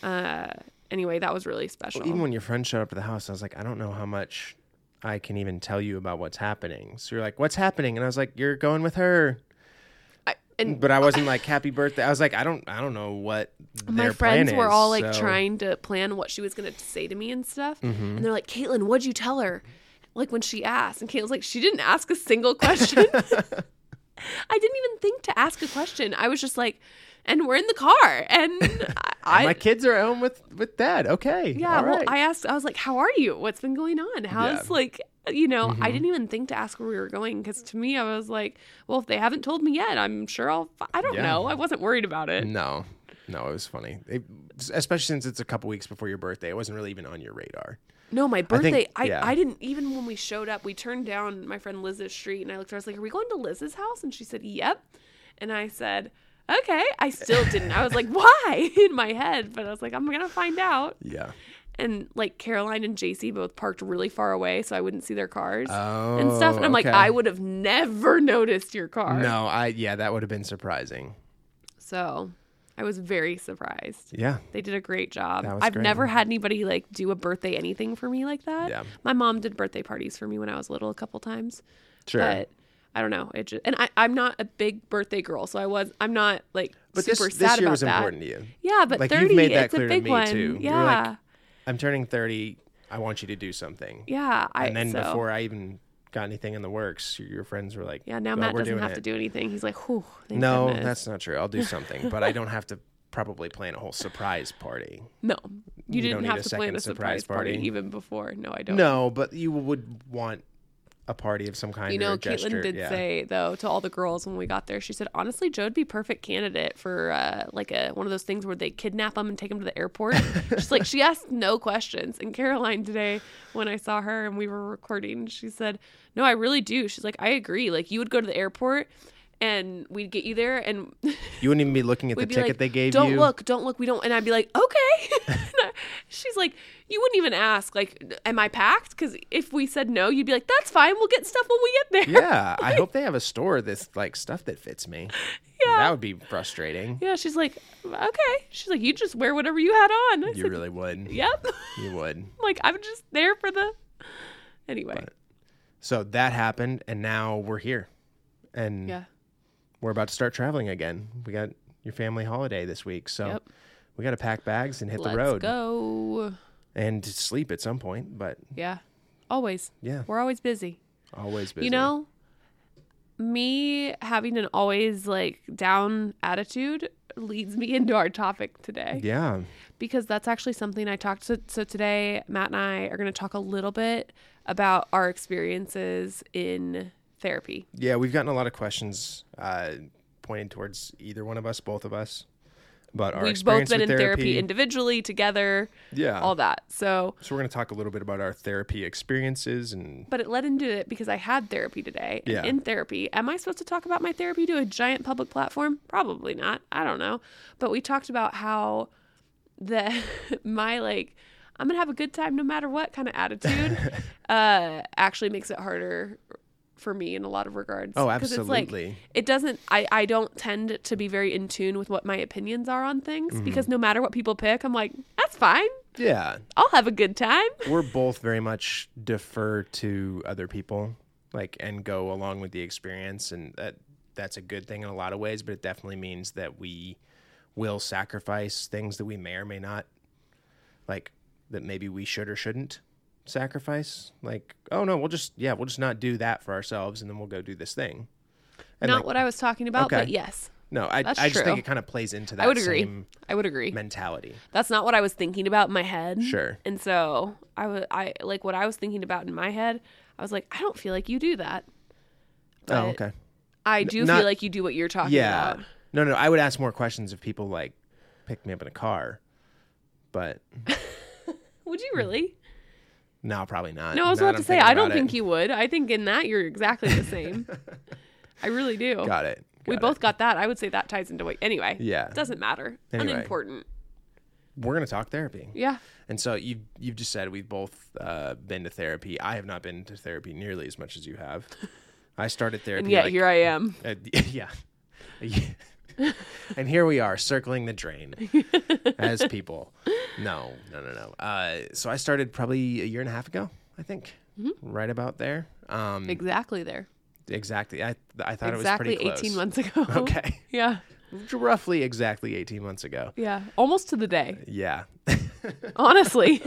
Speaker 3: uh, anyway, that was really special.
Speaker 2: Even when your friend showed up at the house, I was like, I don't know how much I can even tell you about what's happening. So you're like, what's happening? And I was like, you're going with her.
Speaker 3: I, and
Speaker 2: But I wasn't like happy birthday. I was like, I don't, I don't know what
Speaker 3: my
Speaker 2: their
Speaker 3: friends
Speaker 2: plan
Speaker 3: were
Speaker 2: is,
Speaker 3: all like
Speaker 2: so- Mm-hmm.
Speaker 3: trying to plan what she was going to say to me and stuff, and they're like, "Caitlin, what'd you tell her?" Like when she asked, and Caitlin's like, "She didn't ask a single question." I didn't even think to ask a question. I was just like, "And we're in the car," and I,
Speaker 2: my kids are at home with with dad. Okay,
Speaker 3: Yeah,
Speaker 2: all
Speaker 3: well,
Speaker 2: right.
Speaker 3: I asked. I was like, "How are you? What's been going on? How's like, you know?"
Speaker 2: Mm-hmm.
Speaker 3: I didn't even think to ask where we were going because to me, I was like, "Well, if they haven't told me yet, I'm sure I'll. fi- I don't
Speaker 2: Yeah.
Speaker 3: know. I wasn't worried about it.
Speaker 2: no, no, it was funny, It- especially since it's a couple weeks before your birthday. It wasn't really even on your radar.
Speaker 3: No, my birthday.
Speaker 2: think-
Speaker 3: I, I,
Speaker 2: yeah.
Speaker 3: didn't even when we showed up. We turned down my friend Liz's street, and I looked at her. I was like, "Are we going to Liz's house?" And she said, "Yep." And I said, "Okay." I still didn't. I was like, "Why?" in my head, but I was like, "I'm gonna find out."
Speaker 2: Yeah.
Speaker 3: and like Caroline and JC both parked really far away so I wouldn't see their cars
Speaker 2: Oh,
Speaker 3: and stuff. And I'm like,
Speaker 2: okay.
Speaker 3: I would have never noticed your car.
Speaker 2: No, I yeah, that would have been surprising.
Speaker 3: So I was very surprised.
Speaker 2: Yeah.
Speaker 3: They did a great job.
Speaker 2: That was
Speaker 3: I've
Speaker 2: great.
Speaker 3: never had anybody like do a birthday anything for me like that.
Speaker 2: Yeah.
Speaker 3: My mom did birthday parties for me when I was little a couple times.
Speaker 2: Sure.
Speaker 3: But I don't know. It just, and I, I'm not a big birthday girl, so I was. I'm not like
Speaker 2: But this,
Speaker 3: super
Speaker 2: this
Speaker 3: sad
Speaker 2: year
Speaker 3: about
Speaker 2: was
Speaker 3: that.
Speaker 2: important to you.
Speaker 3: Yeah, but
Speaker 2: Like, you've
Speaker 3: 30,
Speaker 2: made that
Speaker 3: it's
Speaker 2: clear
Speaker 3: a
Speaker 2: to
Speaker 3: big
Speaker 2: me,
Speaker 3: one.
Speaker 2: too. You were like,
Speaker 3: Yeah,
Speaker 2: I'm turning 30. I want you to do something.
Speaker 3: yeah. I,
Speaker 2: and then
Speaker 3: so,
Speaker 2: before I even got anything in the works, your- your friends were like,
Speaker 3: yeah, now
Speaker 2: well,
Speaker 3: Matt
Speaker 2: we're
Speaker 3: doesn't
Speaker 2: doing
Speaker 3: have
Speaker 2: it.
Speaker 3: to do anything. He's like, whew. thank
Speaker 2: No,
Speaker 3: goodness."
Speaker 2: that's not true. I'll do something, but I don't have to probably plan a whole surprise party.
Speaker 3: no. You,
Speaker 2: You
Speaker 3: didn't
Speaker 2: don't need
Speaker 3: have
Speaker 2: a
Speaker 3: to plan
Speaker 2: second
Speaker 3: a surprise,
Speaker 2: surprise
Speaker 3: party.
Speaker 2: party.
Speaker 3: even before. No, I don't.
Speaker 2: No, but you would want a party of some kind.
Speaker 3: You
Speaker 2: or
Speaker 3: know,
Speaker 2: a gesture.
Speaker 3: Caitlin did
Speaker 2: yeah.
Speaker 3: say though to all the girls when we got there, she said, "Honestly, Joe would be perfect candidate for uh, like a one of those things where they kidnap him and take him to the airport." She's like, she asked no questions. And Caroline today, when I saw her and we were recording, she said, "No, I really do." She's like, "I agree. Like, you would go to the airport." And we'd get you there, and
Speaker 2: you wouldn't even be looking at the
Speaker 3: we'd be
Speaker 2: ticket
Speaker 3: like,
Speaker 2: they gave
Speaker 3: "Don't
Speaker 2: you.
Speaker 3: look, don't look, we don't." And I'd be like, "Okay." And I- She's like, "You wouldn't even ask, like, am I packed?" Because if we said no, you'd be like, "That's fine, we'll get stuff when we get there."
Speaker 2: Yeah, I hope they have a store that's like stuff that fits me. Yeah, that would be frustrating.
Speaker 3: Yeah, she's like, okay. She's like, you just wear whatever you had on. I
Speaker 2: You
Speaker 3: said,
Speaker 2: really would.
Speaker 3: yep.
Speaker 2: you would.
Speaker 3: like I'm just there for the. Anyway,
Speaker 2: So that happened, and now we're here, and
Speaker 3: yeah,
Speaker 2: we're about to start traveling again. We got your family holiday this week, so
Speaker 3: Yep.
Speaker 2: we got to pack bags and hit
Speaker 3: let's
Speaker 2: the road
Speaker 3: go.
Speaker 2: and sleep at some point. But
Speaker 3: Yeah, always.
Speaker 2: yeah,
Speaker 3: We're always busy.
Speaker 2: always busy.
Speaker 3: You know, me having an always like down attitude leads me into our topic today.
Speaker 2: Yeah.
Speaker 3: because that's actually something I talked to. So today, Matt and I are going to talk a little bit about our experiences in therapy.
Speaker 2: Yeah, we've gotten a lot of questions uh, pointed towards either one of us, both of us, about our
Speaker 3: We've both
Speaker 2: experience
Speaker 3: been in
Speaker 2: with
Speaker 3: therapy.
Speaker 2: therapy.
Speaker 3: individually, together,
Speaker 2: yeah.
Speaker 3: all that. So,
Speaker 2: so we're going to talk a little bit about our therapy experiences and
Speaker 3: but it led into it because I had therapy today. And
Speaker 2: Yeah.
Speaker 3: In therapy, am I supposed to talk about my therapy to a giant public platform? Probably not. I don't know. But we talked about how the my like I'm gonna have a good time no matter what kind of attitude uh, actually makes it harder for me in a lot of regards.
Speaker 2: Oh,
Speaker 3: 'Cause it's like,
Speaker 2: absolutely.
Speaker 3: it doesn't I, I don't tend to be very in tune with what my opinions are on things
Speaker 2: Mm-hmm.
Speaker 3: because no matter what people pick i'm like that's fine
Speaker 2: yeah,
Speaker 3: I'll have a good time.
Speaker 2: we're both very much defer to other people, like and go along with the experience, and that that's a good thing in a lot of ways. But it definitely means that we will sacrifice things that we may or may not like that maybe we should or shouldn't sacrifice. Like, oh no, we'll just yeah, we'll just not do that for ourselves, and then we'll go do this thing. And
Speaker 3: Not
Speaker 2: like,
Speaker 3: what I was talking about,
Speaker 2: Okay.
Speaker 3: but yes,
Speaker 2: no, I
Speaker 3: that's
Speaker 2: I just think
Speaker 3: true.
Speaker 2: it kind of plays into that
Speaker 3: I would agree.
Speaker 2: same
Speaker 3: I would agree.
Speaker 2: mentality.
Speaker 3: That's not what I was thinking about in my head.
Speaker 2: Sure. Oh,
Speaker 3: And so I was, I like what I was thinking about in my head. I was like, I don't feel like you do that. But
Speaker 2: oh, okay.
Speaker 3: I do
Speaker 2: not-
Speaker 3: feel like you do what you're talking
Speaker 2: Yeah.
Speaker 3: about.
Speaker 2: No, no. I would ask more questions if people like picked me up in a car, but
Speaker 3: Would you really?
Speaker 2: no, probably not.
Speaker 3: No, I was
Speaker 2: Now
Speaker 3: about
Speaker 2: that I'm
Speaker 3: to say
Speaker 2: thinking
Speaker 3: I don't
Speaker 2: about
Speaker 3: think
Speaker 2: it.
Speaker 3: you would. I think in that you're exactly the same. I really do.
Speaker 2: got it.
Speaker 3: we
Speaker 2: Got
Speaker 3: both got that. I would say that ties into what. Anyway.
Speaker 2: Yeah.
Speaker 3: Doesn't matter.
Speaker 2: Anyway.
Speaker 3: Unimportant.
Speaker 2: it. We're gonna talk therapy,
Speaker 3: Yeah.
Speaker 2: and so you you've just said we've both uh, been to therapy. I have not been to therapy nearly as much as you have. I started therapy.
Speaker 3: And yet
Speaker 2: like,
Speaker 3: here I am.
Speaker 2: uh, yeah. and here we are circling the drain as people. No, no, no, no. Uh, so I started probably a year and a half ago, I think,
Speaker 3: Mm-hmm.
Speaker 2: right about there. Um,
Speaker 3: Exactly there.
Speaker 2: Exactly. I I thought
Speaker 3: exactly
Speaker 2: it was pretty
Speaker 3: 18
Speaker 2: close.
Speaker 3: months ago.
Speaker 2: Okay.
Speaker 3: Yeah.
Speaker 2: Roughly exactly 18 months ago.
Speaker 3: Yeah. Almost to the day.
Speaker 2: Yeah.
Speaker 3: Honestly.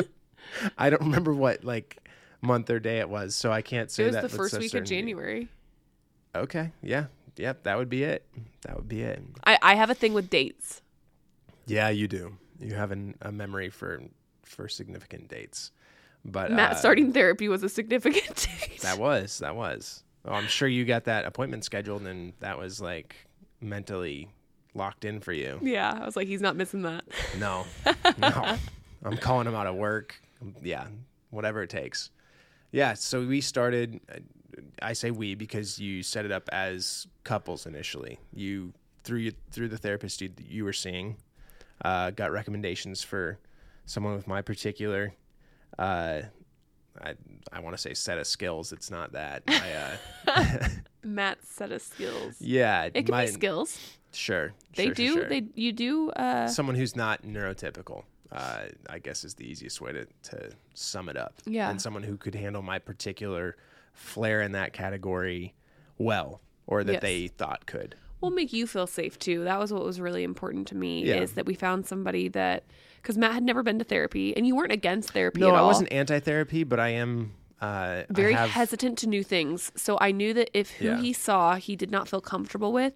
Speaker 2: I don't remember what like month or day it was, so I can't say
Speaker 3: it was
Speaker 2: that
Speaker 3: the
Speaker 2: with
Speaker 3: first
Speaker 2: such
Speaker 3: week of
Speaker 2: certainty.
Speaker 3: January.
Speaker 2: Okay. Yeah. Yep, that would be it. That would be it.
Speaker 3: I, I have a thing with dates.
Speaker 2: Yeah, you do. You have an, a memory for for significant dates. But
Speaker 3: Matt
Speaker 2: uh,
Speaker 3: starting therapy was a significant date.
Speaker 2: that was that was. Oh, I'm sure you got that appointment scheduled and that was like mentally locked in for you.
Speaker 3: yeah. I was like, he's not missing that.
Speaker 2: No, no. I'm calling him out of work. Yeah, whatever it takes. Yeah, so we started. I say we because you set it up as couples initially. You through you, through the therapist you, you were seeing, uh, got recommendations for someone with my particular. Uh, I I want to say set of skills. It's not that. I, uh,
Speaker 3: Matt's set of skills.
Speaker 2: yeah,
Speaker 3: It can
Speaker 2: my-
Speaker 3: be skills.
Speaker 2: Sure, sure,
Speaker 3: They
Speaker 2: sure,
Speaker 3: do.
Speaker 2: sure.
Speaker 3: They you do. Uh,
Speaker 2: someone who's not neurotypical uh, i guess is the easiest way to, to sum it up
Speaker 3: Yeah.
Speaker 2: and someone who could handle my particular flair in that category well or that
Speaker 3: Yes.
Speaker 2: they thought could.
Speaker 3: We'll make you feel safe too. That was what was really important to me
Speaker 2: Yeah.
Speaker 3: is that we found somebody that because Matt had never been to therapy and you weren't against therapy.
Speaker 2: No,
Speaker 3: at
Speaker 2: I
Speaker 3: all.
Speaker 2: wasn't anti therapy, but I am uh,
Speaker 3: very
Speaker 2: I have,
Speaker 3: hesitant to new things. So I knew that if who
Speaker 2: Yeah.
Speaker 3: he saw he did not feel comfortable with,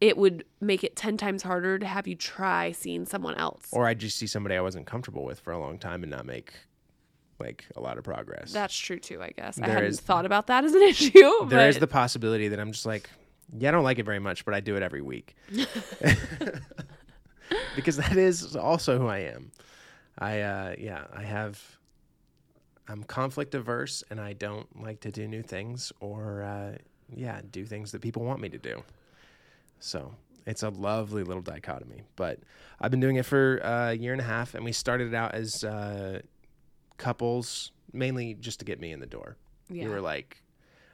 Speaker 3: it would make it 10 times harder to have you try seeing someone else.
Speaker 2: or I just see somebody I wasn't comfortable with for a long time and not make like a lot of progress.
Speaker 3: That's true too, I guess. I
Speaker 2: There
Speaker 3: hadn't
Speaker 2: is-
Speaker 3: thought about that as an issue.
Speaker 2: There is
Speaker 3: but
Speaker 2: the possibility that I'm just like, yeah, I don't like it very much, but I do it every week. because that is also who I am. I uh yeah, I have I'm conflict averse and I don't like to do new things or uh yeah, do things that people want me to do. So it's a lovely little dichotomy. But I've been doing it for uh, a year and a half and we started it out as uh couples mainly just to get me in the door.
Speaker 3: yeah.
Speaker 2: We were like,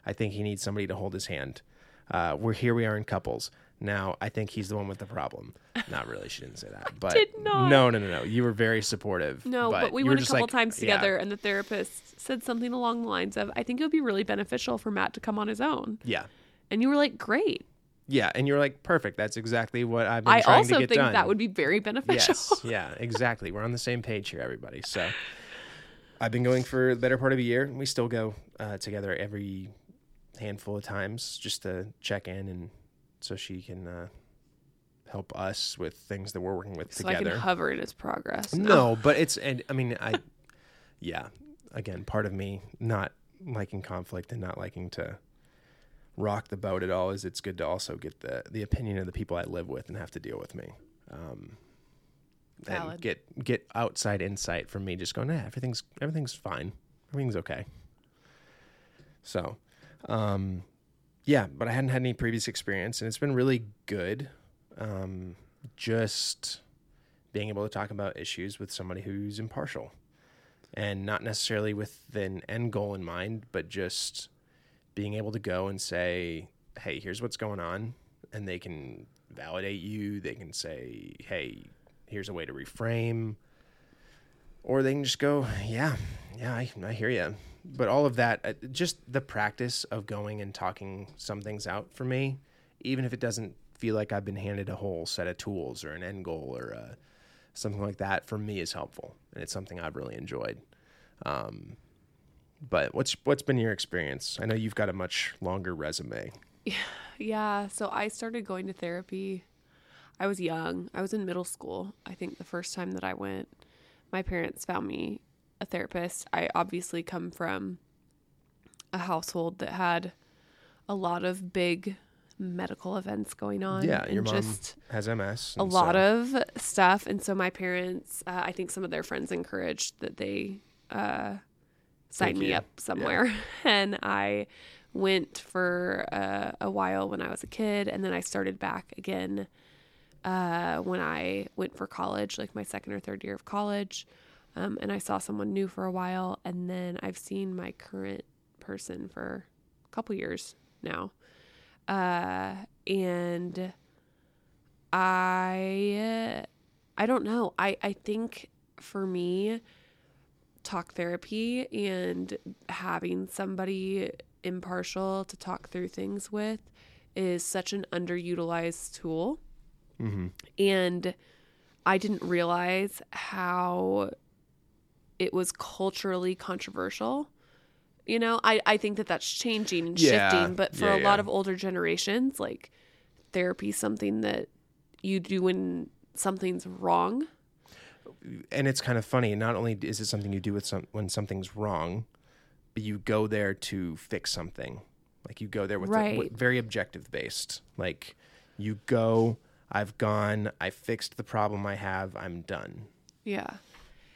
Speaker 2: I think he needs somebody to hold his hand. Uh, we're here. We are in couples. Now I think he's the one with the problem. Not really. She didn't say that. But
Speaker 3: did not.
Speaker 2: No, no, no, no. You were very supportive.
Speaker 3: no, but, we
Speaker 2: you
Speaker 3: went a
Speaker 2: just
Speaker 3: couple
Speaker 2: like,
Speaker 3: times
Speaker 2: yeah.
Speaker 3: together, and the therapist said something along the lines of, "I think it would be really beneficial for Matt to come on his own."
Speaker 2: Yeah. yeah.
Speaker 3: And you were like, "Great!"
Speaker 2: And you're like, perfect. That's exactly what I've been
Speaker 3: I
Speaker 2: trying
Speaker 3: also
Speaker 2: to get
Speaker 3: think
Speaker 2: done.
Speaker 3: that would be very beneficial.
Speaker 2: Yes. yeah, exactly. We're on the same page here, everybody. So I've been going for the better part of a year. and We still go uh, together every handful of times just to check in and so she can uh, help us with things that we're working with
Speaker 3: so I
Speaker 2: together.
Speaker 3: can hover in his progress.
Speaker 2: no, but it's, and I mean, I, yeah, again, part of me not liking conflict and not liking to rock the boat at all is it's good to also get the, the opinion of the people I live with and have to deal with me. Um,
Speaker 3: Valid.
Speaker 2: and get get outside insight from me just going nah, everything's everything's fine everything's okay so um yeah but i hadn't had any previous experience and it's been really good um just being able to talk about issues with somebody who's impartial and not necessarily with an end goal in mind but just being able to go and say hey here's what's going on and they can validate you they can say hey here's a way to reframe or they can just go yeah yeah i, I hear you but all of that uh, just the practice of going and talking some things out for me even if it doesn't feel like i've been handed a whole set of tools or an end goal or uh something like that for me is helpful and it's something i've really enjoyed um, but what's what's been your experience i know you've got a much longer resume
Speaker 3: Yeah, so I started going to therapy. I was young. I was in middle school. I think the first time that I went, my parents found me a therapist. I obviously come from a household that had a lot of big medical events going on.
Speaker 2: yeah your
Speaker 3: and
Speaker 2: mom has ms
Speaker 3: a lot of stuff and so my parents uh, i think some of their friends encouraged that they uh, signed
Speaker 2: Take
Speaker 3: me
Speaker 2: you.
Speaker 3: up somewhere and i went for uh, a while when i was a kid and then i started back again uh, when i went for college like my second or third year of college um, and i saw someone new for a while and then i've seen my current person for a couple years now uh, and I uh, I don't know. I I think for me talk therapy and having somebody impartial to talk through things with is such an underutilized tool.
Speaker 2: mm-hmm.
Speaker 3: And I didn't realize how it was culturally controversial. You know, I, I think that that's changing and
Speaker 2: Yeah.
Speaker 3: shifting, but for
Speaker 2: Yeah,
Speaker 3: a lot
Speaker 2: yeah.
Speaker 3: of older generations, like therapy is something that you do when something's wrong.
Speaker 2: and it's kind of funny. Not only is it something you do with some when something's wrong, but you go there to fix something. Like you go there with, the-
Speaker 3: Right.
Speaker 2: with- very objective based. Like you go, I've gone, I fixed the problem I have, I'm done.
Speaker 3: Yeah.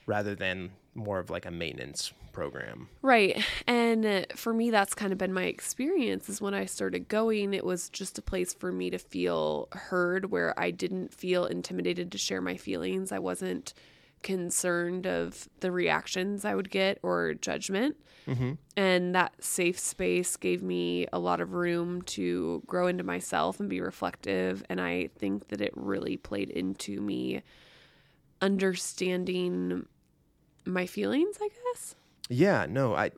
Speaker 2: Rather than more of like a maintenance program.
Speaker 3: Right. And uh, for me, that's kind of been my experience is when I started going, it was just a place for me to feel heard where I didn't feel intimidated to share my feelings. I wasn't concerned of the reactions I would get or judgment. And that safe space gave me a lot of room to grow into myself and be reflective. And I think that it really played into me understanding my feelings, I guess.
Speaker 2: Yeah, no, I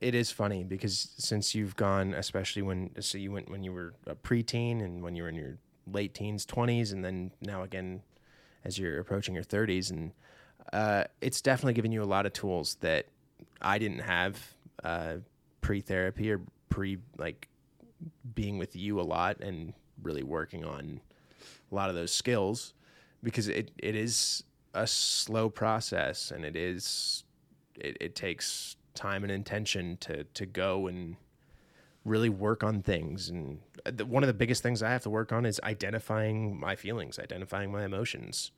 Speaker 2: It is funny because since you've gone, especially when so you went when you were a preteen and when you were in your late teens, twenties, and then now again as you're approaching your thirties, and uh, it's definitely given you a lot of tools that I didn't have uh, pre therapy or pre like being with you a lot and really working on a lot of those skills because it, it is a slow process and it is it, it takes time and intention to to go and really work on things and uh, the, one of the biggest things i have to work on is identifying my feelings identifying my emotions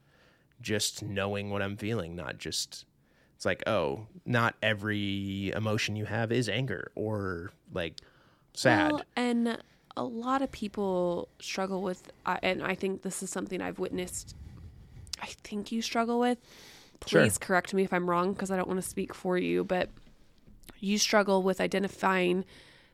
Speaker 2: just knowing what i'm feeling not just it's like oh not every emotion you have is anger or like sad
Speaker 3: Well, and a lot of people struggle with, I and I think this is something I've witnessed. I think you struggle with.
Speaker 2: Sure.
Speaker 3: Please correct me if I'm wrong because I don't want to speak for you, but you struggle with identifying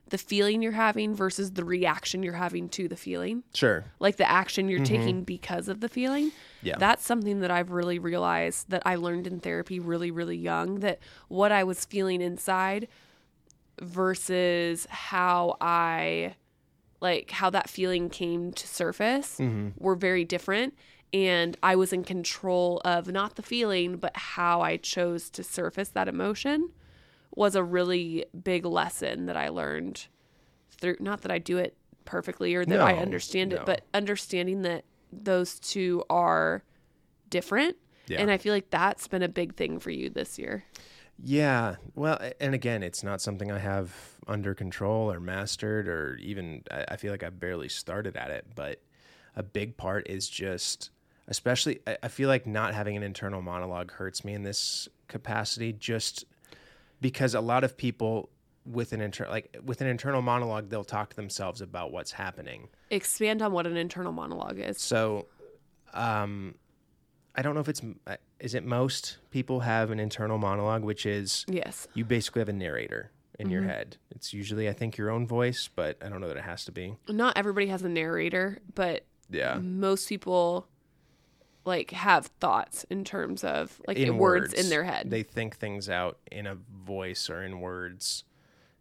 Speaker 3: the feeling you're having versus the reaction you're having to the feeling
Speaker 2: sure
Speaker 3: like the action you're taking because of the feeling.
Speaker 2: Mm-hmm. Yeah.
Speaker 3: That's something that I've really realized that I learned in therapy really, really young that what I was feeling inside versus how I like how that feeling came to surface
Speaker 2: Mm-hmm.
Speaker 3: were very different. And I was in control of not the feeling, but how I chose to surface that emotion was a really big lesson that I learned through not that I do it perfectly or that I
Speaker 2: No,
Speaker 3: understand
Speaker 2: no.
Speaker 3: it, but understanding that those two are different.
Speaker 2: Yeah.
Speaker 3: And I feel like that's been a big thing for you this year.
Speaker 2: Yeah. Well, a- and again, it's not something I have under control or mastered, or even I I feel like I barely started at it. But a big part is just, especially, I I feel like not having an internal monologue hurts me in this capacity, just because a lot of people with an inter- like with an internal monologue they'll talk to themselves about what's happening
Speaker 3: Expand on what an internal monologue is.
Speaker 2: so, um, I don't know if it's is it most people have an internal monologue, which is
Speaker 3: Yes.
Speaker 2: you basically have a narrator in your head. It's usually I think your own voice, but I don't know that it has to be.
Speaker 3: Not everybody has a narrator, but Mm-hmm.
Speaker 2: Yeah.
Speaker 3: most people like have thoughts in terms of like
Speaker 2: In
Speaker 3: words. in their head.
Speaker 2: They think things out in a voice or in words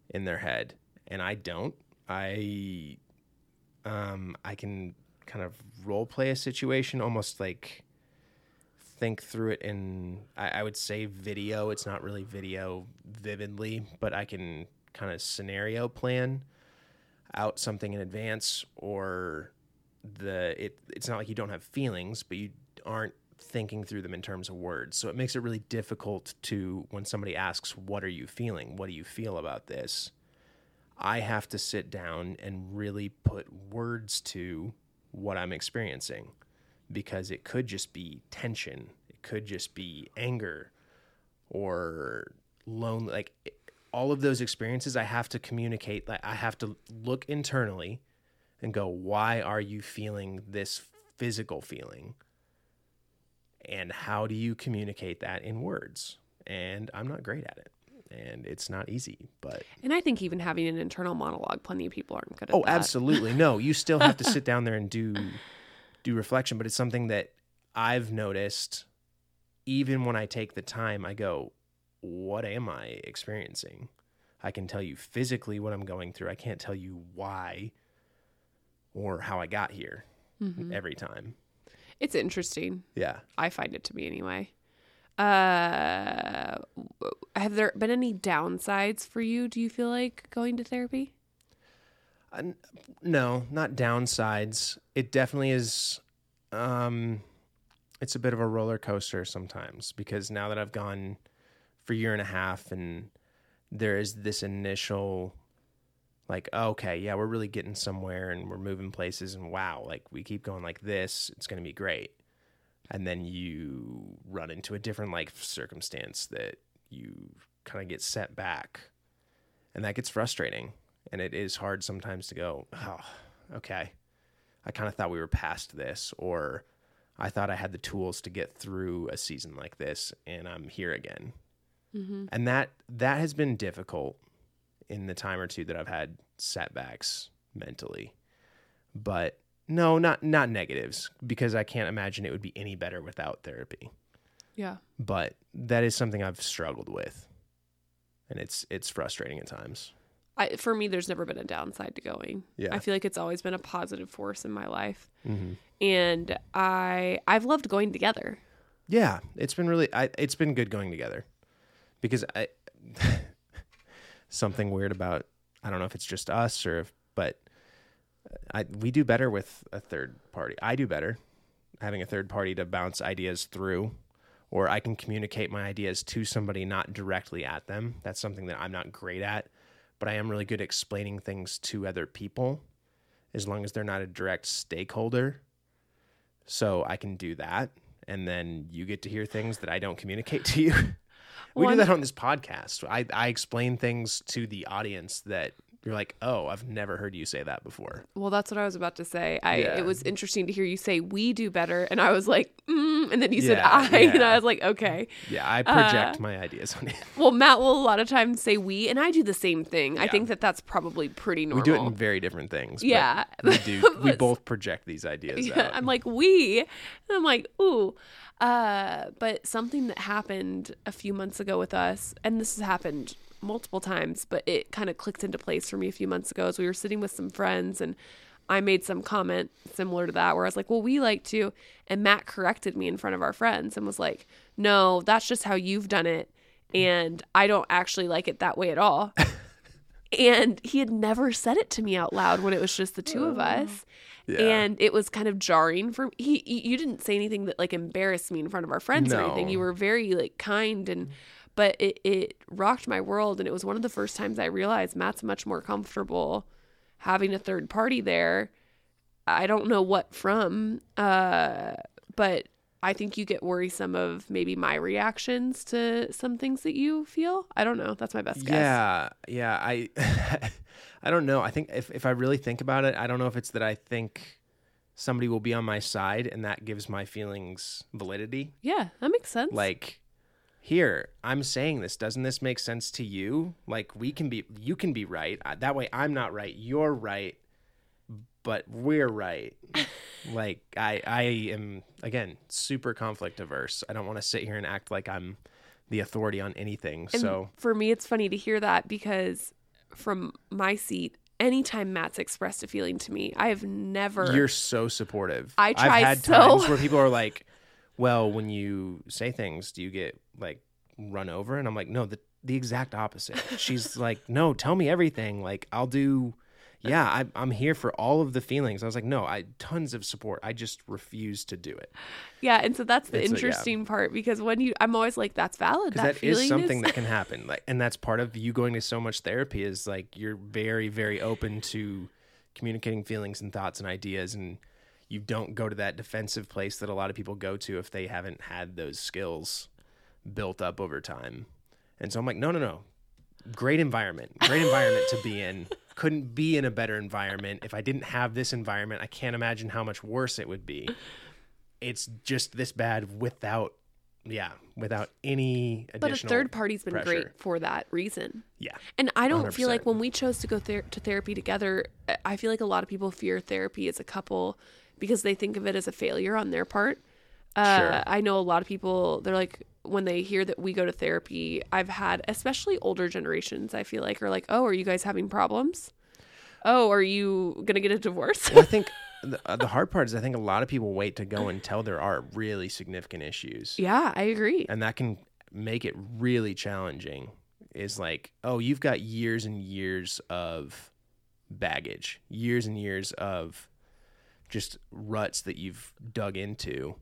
Speaker 2: in their head. And I don't. I um I can kind of role play a situation almost like think through it in I, I would say video. It's not really video vividly, but I can kind of scenario plan out something in advance or the it it's not like you don't have feelings but you aren't thinking through them in terms of words so it makes it really difficult to when somebody asks what are you feeling what do you feel about this i have to sit down and really put words to what i'm experiencing because it could just be tension it could just be anger or lonely like it- all of those experiences i have to communicate like i have to look internally and go why are you feeling this physical feeling and how do you communicate that in words and i'm not great at it and it's not easy but
Speaker 3: and I think even having an internal monologue, plenty of people aren't good at
Speaker 2: oh
Speaker 3: that.
Speaker 2: absolutely no you still have to sit down there and do do reflection but it's something that i've noticed even when i take the time i go what am i experiencing i can tell you physically what i'm going through i can't tell you why or how i got here every time
Speaker 3: It's interesting.
Speaker 2: yeah
Speaker 3: I find it to be anyway. Uh, have there been any downsides for you? Do you feel like going to therapy?
Speaker 2: Uh, n- no, not downsides. It definitely is. Um, it's a bit of a roller coaster sometimes because now that I've gone for a year and a half, and there is this initial, like, okay, yeah, we're really getting somewhere, and we're moving places, and wow, like we keep going like this, it's gonna be great. And then you run into a different life circumstance that you kind of get set back and that gets frustrating and it is hard sometimes to go oh okay i kind of thought we were past this or i thought i had the tools to get through a season like this and i'm here again and that that has been difficult in the time or two that i've had setbacks mentally but no not not negatives because i can't imagine it would be any better without therapy
Speaker 3: Yeah.
Speaker 2: but that is something i've struggled with and it's it's frustrating at times.
Speaker 3: I, for me, there's never been a downside to going.
Speaker 2: Yeah. Mm-hmm.
Speaker 3: I feel like it's always been a positive force in my life, and I I've loved going together.
Speaker 2: Yeah, it's been really I, it's been good going together because I something weird about I don't know if it's just us or if but I we do better with a third party. I do better having a third party to bounce ideas through or I can communicate my ideas to somebody not directly at them. That's something that I'm not great at, but I am really good at explaining things to other people as long as they're not a direct stakeholder so I can do that. And then you get to hear things that I don't communicate to you. we
Speaker 3: Well,
Speaker 2: do that on this podcast. I, I explain things to the audience that you're like, oh, I've never heard you say that before.
Speaker 3: Well, that's what I was about to say. I
Speaker 2: Yeah.
Speaker 3: it was interesting to hear you say we do better, and I was like, mm, and then you said
Speaker 2: Yeah,
Speaker 3: I, and
Speaker 2: yeah.
Speaker 3: I was like, okay.
Speaker 2: Yeah, I
Speaker 3: Uh,
Speaker 2: project my ideas on it.
Speaker 3: Well, Matt will a lot of times say we, and I do the same thing. I
Speaker 2: Yeah.
Speaker 3: think that that's probably pretty
Speaker 2: We
Speaker 3: normal.
Speaker 2: do it in very different things. but
Speaker 3: Yeah.
Speaker 2: we do. We
Speaker 3: But-
Speaker 2: both project these ideas
Speaker 3: Yeah,
Speaker 2: out.
Speaker 3: I'm like we, and I'm like ooh, uh, but something that happened a few months ago with us, and this has happened multiple times, but it kind of clicked into place for me a few months ago as we were sitting with some friends and. I made some comment similar to that where I was like, "Well, we like to," and Matt corrected me in front of our friends and was like, "No, that's just how you've done it, and I don't actually like it that way at all." and he had never said it to me out loud when it was just the two of us
Speaker 2: Yeah.
Speaker 3: and it was kind of jarring for he, he you didn't say anything that like embarrassed me in front of our friends or anything
Speaker 2: No.
Speaker 3: you were very like kind and but it, it rocked my world and it was one of the first times i realized matt's much more comfortable having a third party there i don't know what from uh but i think you get worrisome of maybe my reactions to some things that you feel i don't know that's my best guess
Speaker 2: Yeah, yeah. I I don't know. I think if if I really think about it, I don't know if it's that I think somebody will be on my side and that gives my feelings validity.
Speaker 3: yeah that makes sense
Speaker 2: Like here, I'm saying this. Doesn't this make sense to you? Like we can be you can be right. I- That way I'm not right. You're right. But we're right. like I I am again super conflict averse. I don't want to sit here and act like I'm the authority on anything.
Speaker 3: And
Speaker 2: so
Speaker 3: for me, it's funny to hear that because from my seat, anytime Matt's expressed a feeling to me, I have never.
Speaker 2: You're so supportive.
Speaker 3: I try
Speaker 2: have had
Speaker 3: so-
Speaker 2: times where people are like, "Well, when you say things, do you get like run over?" And I'm like, "No, the the exact opposite." She's like, "No, tell me everything. Like, I'll do." Yeah, I, I'm here for all of the feelings. I was like, "No, I tons of support. I just refuse to do it
Speaker 3: yeah, and so that's the
Speaker 2: It's a- yeah.
Speaker 3: interesting part because when you, I'm always like, that's valid.
Speaker 2: because
Speaker 3: Oh, That,
Speaker 2: that
Speaker 3: feeling
Speaker 2: is something
Speaker 3: is-
Speaker 2: that can happen. Like, and that's part of you going to so much therapy is like you're very, very open to communicating feelings and thoughts and ideas, and you don't go to that defensive place that a lot of people go to if they haven't had those skills built up over time. And so I'm like, no, no, no, great environment, great environment to be in. Couldn't be in a better environment. If I didn't have this environment, I can't imagine how much worse it would be. It's just this bad without, yeah, without any additional.
Speaker 3: but a third party's been
Speaker 2: pressure.
Speaker 3: great for that reason.
Speaker 2: Yeah,
Speaker 3: And I don't feel like
Speaker 2: 100%.
Speaker 3: when we chose to go ther- to therapy together, I- I feel like a lot of people fear therapy as a couple because they think of it as a failure on their part. Uh,
Speaker 2: Sure.
Speaker 3: I know a lot of people, they're like, when they hear that we go to therapy, I've had, especially older generations, I feel like, are like, oh, are you guys having problems? Oh, are you going to get a divorce?
Speaker 2: Well, I think the, uh, the hard part is I think a lot of people wait to go until there are really significant issues,
Speaker 3: yeah, I agree.
Speaker 2: and that can make it really challenging. Is like, oh, you've got years and years of baggage, years and years of just ruts that you've dug into.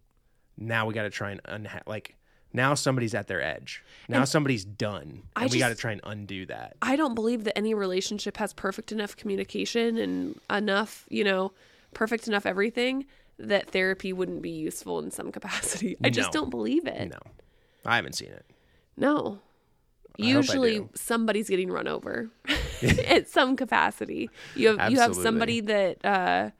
Speaker 2: Now we got to try and unha- like. Now somebody's at their edge. Now somebody's done,
Speaker 3: I
Speaker 2: and we got to
Speaker 3: just-
Speaker 2: try and undo that.
Speaker 3: I don't believe that any relationship has perfect enough communication and enough, you know, perfect enough everything that therapy wouldn't be useful in some capacity. I just
Speaker 2: No.
Speaker 3: don't believe it.
Speaker 2: No, I haven't seen it.
Speaker 3: No.
Speaker 2: I
Speaker 3: Usually
Speaker 2: do.
Speaker 3: somebody's getting run over at some capacity. You have you have
Speaker 2: Absolutely.
Speaker 3: somebody that uh,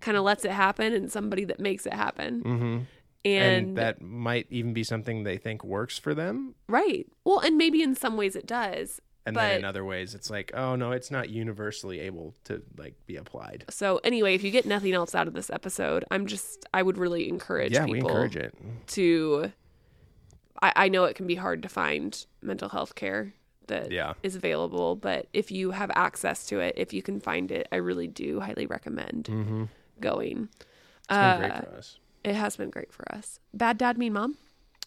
Speaker 3: kind of lets it happen and somebody that makes it happen.
Speaker 2: Mm-hmm.
Speaker 3: And,
Speaker 2: and, that might even be something they think works for them
Speaker 3: right. Well, and maybe in some ways it does.
Speaker 2: and
Speaker 3: But-
Speaker 2: then in other ways it's like oh no it's not universally able to like be applied
Speaker 3: So anyway, if you get nothing else out of this episode, I'm just I would really encourage
Speaker 2: yeah
Speaker 3: people
Speaker 2: we encourage it
Speaker 3: to I, I know it can be hard to find mental health care that is
Speaker 2: Yeah.
Speaker 3: available. But if you have access to it, if you can find it, I really do highly recommend
Speaker 2: Mm-hmm.
Speaker 3: going.
Speaker 2: It's been
Speaker 3: Uh,
Speaker 2: great for us.
Speaker 3: It has been great for us. Bad dad, mean mom.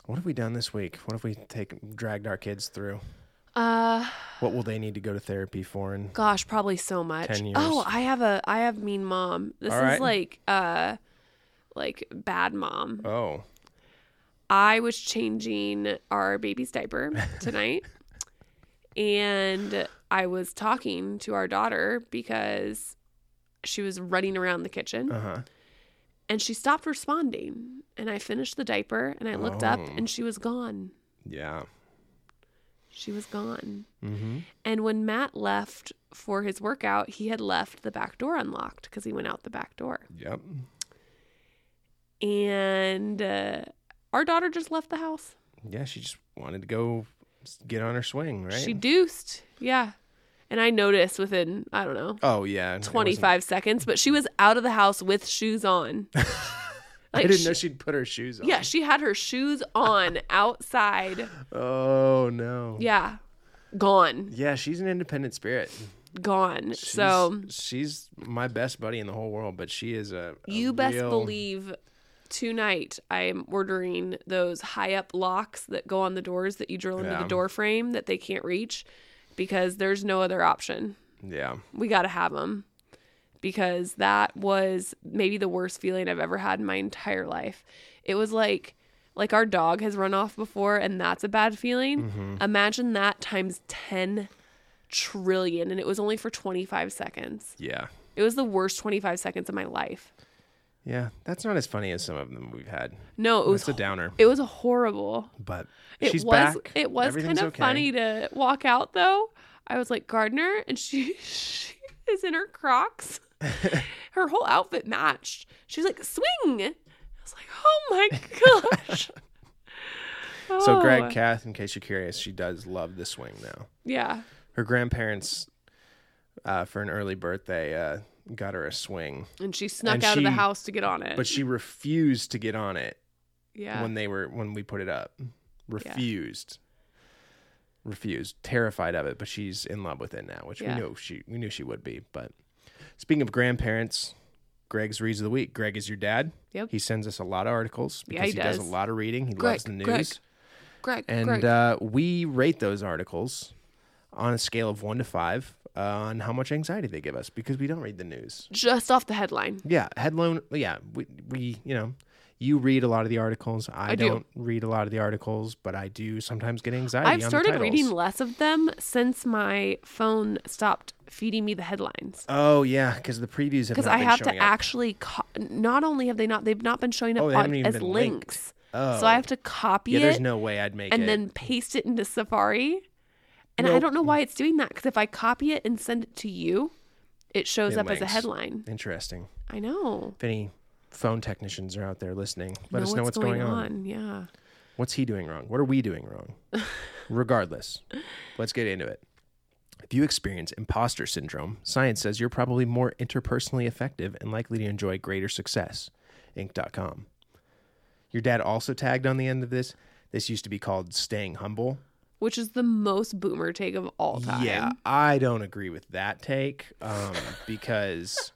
Speaker 2: What have we done this week? What have we take dragged our kids through?
Speaker 3: Uh,
Speaker 2: What will they need to go to therapy for? And
Speaker 3: gosh, probably so much.
Speaker 2: 10 years.
Speaker 3: Oh, I have a I have mean mom. This
Speaker 2: All
Speaker 3: is
Speaker 2: right.
Speaker 3: like uh like bad mom.
Speaker 2: oh,
Speaker 3: I was changing our baby's diaper tonight. and I was talking to our daughter because she was running around the kitchen
Speaker 2: uh huh.
Speaker 3: and she stopped responding. And I finished the diaper and I looked up
Speaker 2: Oh.
Speaker 3: and she was gone.
Speaker 2: Yeah.
Speaker 3: She was gone.
Speaker 2: Mm-hmm.
Speaker 3: And when Matt left for his workout, he had left the back door unlocked because he went out the back door.
Speaker 2: Yep.
Speaker 3: And uh, our daughter just left the house.
Speaker 2: Yeah, she just wanted to go s- get on her swing, right?
Speaker 3: She deuced. Yeah. And I noticed within, I don't know,
Speaker 2: oh yeah, it wasn't-
Speaker 3: 25 seconds, but she was out of the house with shoes on. like
Speaker 2: I didn't
Speaker 3: she-
Speaker 2: know she'd put her shoes on.
Speaker 3: yeah, she had her shoes on outside.
Speaker 2: Oh no.
Speaker 3: Yeah. Gone.
Speaker 2: Yeah, she's an independent spirit.
Speaker 3: Gone.
Speaker 2: She's,
Speaker 3: so
Speaker 2: she's my best buddy in the whole world, but she is a, a
Speaker 3: you best
Speaker 2: real-
Speaker 3: believe tonight I am ordering those high up locks that go on the doors that you drill into
Speaker 2: Yeah.
Speaker 3: the door frame that they can't reach because there's no other option.
Speaker 2: Yeah.
Speaker 3: we got to have them because that was maybe the worst feeling I've ever had in my entire life. It was like like our dog has run off before and that's a bad feeling. Imagine that times 10 trillion and it was only for 25 seconds.
Speaker 2: Yeah.
Speaker 3: It was the worst 25 seconds of my life.
Speaker 2: Yeah. That's not as funny as some of them we've had.
Speaker 3: No, it
Speaker 2: It's
Speaker 3: was
Speaker 2: a downer.
Speaker 3: it was horrible.
Speaker 2: But
Speaker 3: It
Speaker 2: she's
Speaker 3: was
Speaker 2: back.
Speaker 3: it was kind
Speaker 2: Everything's
Speaker 3: of
Speaker 2: okay.
Speaker 3: funny to walk out though. I was like Gardner and she, she is in her Crocs. her whole outfit matched. She's like swing. I was like, "Oh my gosh."
Speaker 2: So
Speaker 3: Oh.
Speaker 2: Greg Kath, in case you're curious, she does love the swing now.
Speaker 3: Yeah.
Speaker 2: Her grandparents, uh, for an early birthday, uh, got her a swing,
Speaker 3: And she snuck
Speaker 2: And
Speaker 3: out of the
Speaker 2: she-
Speaker 3: house to get on it.
Speaker 2: but she refused to get on it
Speaker 3: Uh-huh. yeah.
Speaker 2: when they were when we put it up. Refused. Refused. Terrified of it, but she's in love with it now, which
Speaker 3: Yeah.
Speaker 2: we knew she we knew she would be. But speaking of grandparents, Greg's reads of the week. Greg is your dad.
Speaker 3: Yep.
Speaker 2: He sends us a lot of articles
Speaker 3: Yeah,
Speaker 2: because
Speaker 3: he
Speaker 2: he, does.
Speaker 3: does.
Speaker 2: a lot of reading. He
Speaker 3: Greg,
Speaker 2: loves the news.
Speaker 3: Greg, Greg, Greg.
Speaker 2: And uh, we rate those articles on a scale of one to five uh, on how much anxiety they give us because we don't read the news.
Speaker 3: just off the headline.
Speaker 2: Yeah, headline. Yeah, we, we you know, you read a lot of the articles. I,
Speaker 3: do.
Speaker 2: don't read a lot of the articles, but I do sometimes get anxiety.
Speaker 3: I've
Speaker 2: on
Speaker 3: started
Speaker 2: the
Speaker 3: reading
Speaker 2: titles.
Speaker 3: less of them since my phone stopped feeding me the headlines.
Speaker 2: Oh yeah, because the previews have
Speaker 3: because
Speaker 2: not
Speaker 3: I
Speaker 2: been
Speaker 3: have to
Speaker 2: showing up.
Speaker 3: actually. Co- not only have they not, they've not been showing up
Speaker 2: Oh, they
Speaker 3: on,
Speaker 2: haven't even
Speaker 3: as
Speaker 2: been linked.
Speaker 3: links.
Speaker 2: Oh.
Speaker 3: So I have to copy
Speaker 2: Yeah,
Speaker 3: it
Speaker 2: there's no way I'd make
Speaker 3: and
Speaker 2: it.
Speaker 3: then paste it into Safari. And I
Speaker 2: Nope.
Speaker 3: don't know why it's doing that because if I copy it and send it to you, it shows
Speaker 2: It
Speaker 3: up as a
Speaker 2: links.
Speaker 3: headline.
Speaker 2: interesting.
Speaker 3: I know.
Speaker 2: If any phone technicians are out there listening, let us know what's going, on.
Speaker 3: Yeah.
Speaker 2: What's he doing wrong? What are we doing wrong? Regardless, let's get into it. If you experience imposter syndrome, science says you're probably more interpersonally effective and likely to enjoy greater success. Inc.com. Your dad also tagged on the end of this. This used to be called staying humble.
Speaker 3: Which is the most boomer take of all time.
Speaker 2: Yeah, I don't agree with that take um, because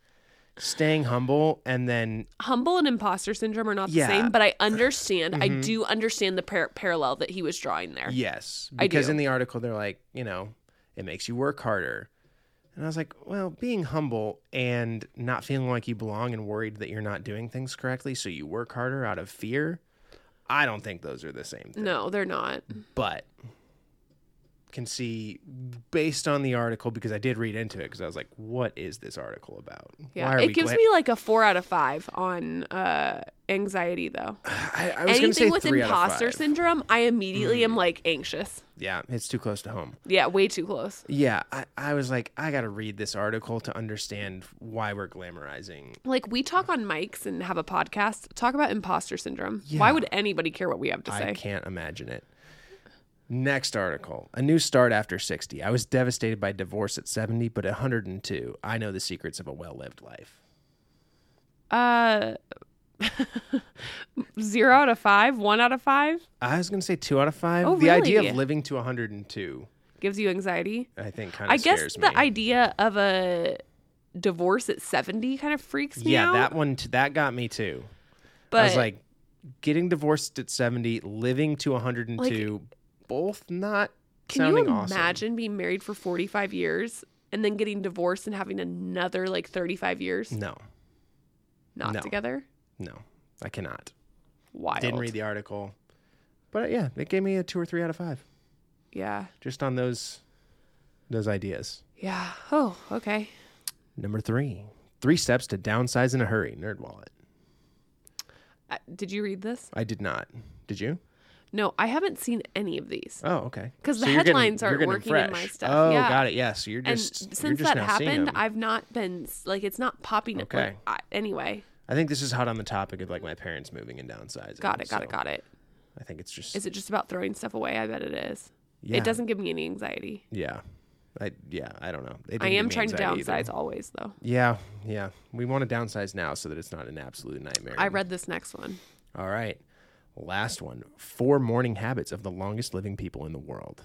Speaker 2: staying humble and then
Speaker 3: Humble and imposter syndrome are not
Speaker 2: Yeah. Mm-hmm.
Speaker 3: the same, but I understand. I do understand the par- parallel that he was drawing there.
Speaker 2: Yes,
Speaker 3: I
Speaker 2: because
Speaker 3: do.
Speaker 2: in the article they're like, you know, it makes you work harder. And I was like, well, being humble and not feeling like you belong and worried that you're not doing things correctly, so you work harder out of fear. I don't think those are the same thing.
Speaker 3: No, they're not.
Speaker 2: But can see based on the article because I did read into it because I was like, what is this article about?
Speaker 3: Yeah, it gives
Speaker 2: gla-
Speaker 3: me like a four out of five on uh, anxiety, though.
Speaker 2: I, I was gonna say
Speaker 3: Anything with
Speaker 2: three out of
Speaker 3: imposter
Speaker 2: five. Hmm.
Speaker 3: syndrome, I immediately am like anxious.
Speaker 2: Yeah, it's too close to home.
Speaker 3: Yeah, way too close.
Speaker 2: Yeah, I, I was like, I gotta read this article to understand why we're glamorizing.
Speaker 3: Like we talk on mics and have a podcast, talk about imposter syndrome. Why
Speaker 2: Yeah.
Speaker 3: would anybody care what we have to
Speaker 2: I
Speaker 3: say?
Speaker 2: can't imagine it. Next article: A new start after sixty. I was devastated by divorce at seventy, but at hundred and two, I know the secrets of a well-lived life.
Speaker 3: Uh, zero out of five, one out of five.
Speaker 2: I was gonna say two out of five.
Speaker 3: Oh,
Speaker 2: the idea
Speaker 3: really?
Speaker 2: of living to hundred and two
Speaker 3: Gives you anxiety.
Speaker 2: I think kind of
Speaker 3: I guess
Speaker 2: scares
Speaker 3: the
Speaker 2: me.
Speaker 3: idea of a divorce at 70 kind of freaks me
Speaker 2: yeah,
Speaker 3: out.
Speaker 2: that one t- that got me too.
Speaker 3: but
Speaker 2: I was like, getting divorced at seventy, living to one hundred and two, both not
Speaker 3: can you
Speaker 2: sounding awesome.
Speaker 3: imagine being married for 45 years and then getting divorced and having another like 35 years
Speaker 2: No,
Speaker 3: not
Speaker 2: no.
Speaker 3: together?
Speaker 2: no, I cannot.
Speaker 3: Wild.
Speaker 2: Didn't read the article, but yeah, it gave me a two or three out of five
Speaker 3: Yeah.
Speaker 2: just on those those ideas.
Speaker 3: Yeah. Oh, okay.
Speaker 2: Number three, three steps to downsize in a hurry. Nerd Wallet.
Speaker 3: Uh, did you read this?
Speaker 2: I did not. Did you?
Speaker 3: No, I haven't seen any of these.
Speaker 2: Oh, okay.
Speaker 3: 'Cause the
Speaker 2: you're getting-
Speaker 3: headlines
Speaker 2: you're
Speaker 3: aren't
Speaker 2: getting
Speaker 3: working in my
Speaker 2: fresh.
Speaker 3: stuff,
Speaker 2: Oh,
Speaker 3: yeah.
Speaker 2: got it. Yes, you're just.
Speaker 3: and
Speaker 2: you're
Speaker 3: since
Speaker 2: just
Speaker 3: that
Speaker 2: now seeing
Speaker 3: happened,
Speaker 2: them.
Speaker 3: I've not been s- like it's not popping. up,
Speaker 2: Okay.
Speaker 3: Like, I, anyway,
Speaker 2: I think this is hot on the topic of like my parents moving and downsizing.
Speaker 3: got it, got it,
Speaker 2: so
Speaker 3: got it.
Speaker 2: I think it's just
Speaker 3: Is it just about throwing stuff away? I bet it is.
Speaker 2: yeah,
Speaker 3: It doesn't give me any anxiety.
Speaker 2: Yeah, I yeah I don't know. It didn't
Speaker 3: I
Speaker 2: give
Speaker 3: am
Speaker 2: me
Speaker 3: trying to
Speaker 2: anxiety
Speaker 3: downsize
Speaker 2: either.
Speaker 3: always though.
Speaker 2: Yeah, yeah. We want to downsize now so that it's not an absolute nightmare.
Speaker 3: I read this next one.
Speaker 2: All right, last one. Four morning habits of the longest living people in the world.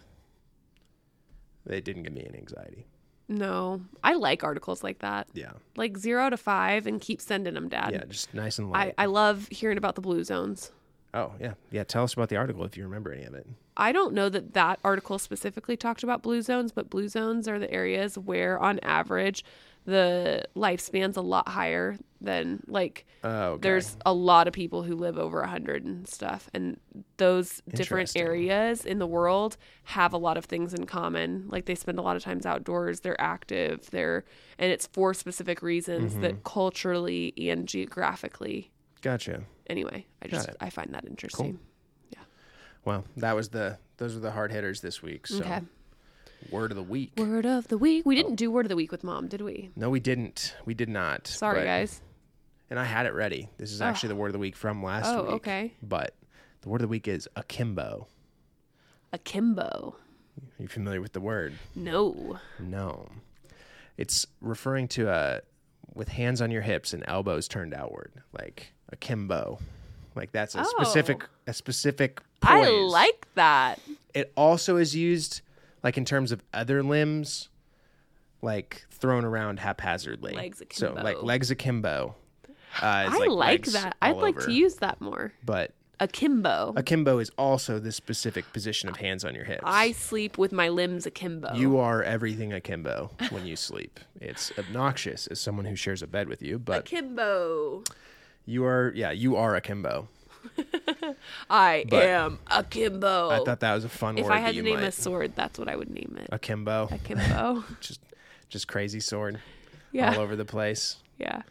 Speaker 2: It didn't give me any anxiety.
Speaker 3: No, I like articles like that.
Speaker 2: Yeah,
Speaker 3: Like zero to five and keep sending them, Dad.
Speaker 2: yeah. Just nice and
Speaker 3: I,
Speaker 2: light.
Speaker 3: I love hearing about the blue zones.
Speaker 2: oh yeah, yeah. Tell us about the article if you remember any of it.
Speaker 3: I don't know that that article specifically talked about blue zones, but blue zones are the areas where, on average, the lifespan's a lot higher than like
Speaker 2: Oh, okay.
Speaker 3: there's a lot of people who live over 100 and stuff and those different
Speaker 2: Interesting.
Speaker 3: areas in the world have a lot of things in common like they spend a lot of times outdoors they're active they're and it's for specific reasons
Speaker 2: Mm-hmm.
Speaker 3: that culturally and geographically
Speaker 2: gotcha.
Speaker 3: anyway i just
Speaker 2: it.
Speaker 3: i find that interesting
Speaker 2: Well, that was the those were the hard hitters this week. So
Speaker 3: okay
Speaker 2: word of the week.
Speaker 3: word of the week
Speaker 2: Oh.
Speaker 3: we didn't do word of the week with mom did we
Speaker 2: No, we didn't. We did not.
Speaker 3: sorry
Speaker 2: but-
Speaker 3: guys
Speaker 2: And I had it ready. This is actually the word of the week from last
Speaker 3: Oh,
Speaker 2: week.
Speaker 3: okay.
Speaker 2: But the word of the week is akimbo.
Speaker 3: akimbo
Speaker 2: Are you familiar with the word?
Speaker 3: no
Speaker 2: No. It's referring to a with hands on your hips and elbows turned outward, like akimbo. Like that's a specific a specific
Speaker 3: Oh. i
Speaker 2: poise.
Speaker 3: like that
Speaker 2: it also is used like in terms of other limbs like thrown around haphazardly
Speaker 3: Legs
Speaker 2: so like
Speaker 3: akimbo.
Speaker 2: legs akimbo uh, it's
Speaker 3: i like
Speaker 2: legs
Speaker 3: that i'd
Speaker 2: all
Speaker 3: like
Speaker 2: over.
Speaker 3: to use that more
Speaker 2: but
Speaker 3: akimbo
Speaker 2: akimbo is also this specific position of hands on your hips
Speaker 3: I sleep with my limbs akimbo.
Speaker 2: you are everything akimbo when you sleep it's obnoxious as someone who shares a bed with you but
Speaker 3: akimbo.
Speaker 2: you are yeah you are akimbo
Speaker 3: I
Speaker 2: But-
Speaker 3: am akimbo.
Speaker 2: i thought that was a fun
Speaker 3: if
Speaker 2: word
Speaker 3: I
Speaker 2: that
Speaker 3: had to
Speaker 2: you
Speaker 3: name
Speaker 2: might
Speaker 3: a sword, that's what I would name it.
Speaker 2: akimbo
Speaker 3: Akimbo.
Speaker 2: just just crazy sword all
Speaker 3: yeah.
Speaker 2: over the place
Speaker 3: Yeah.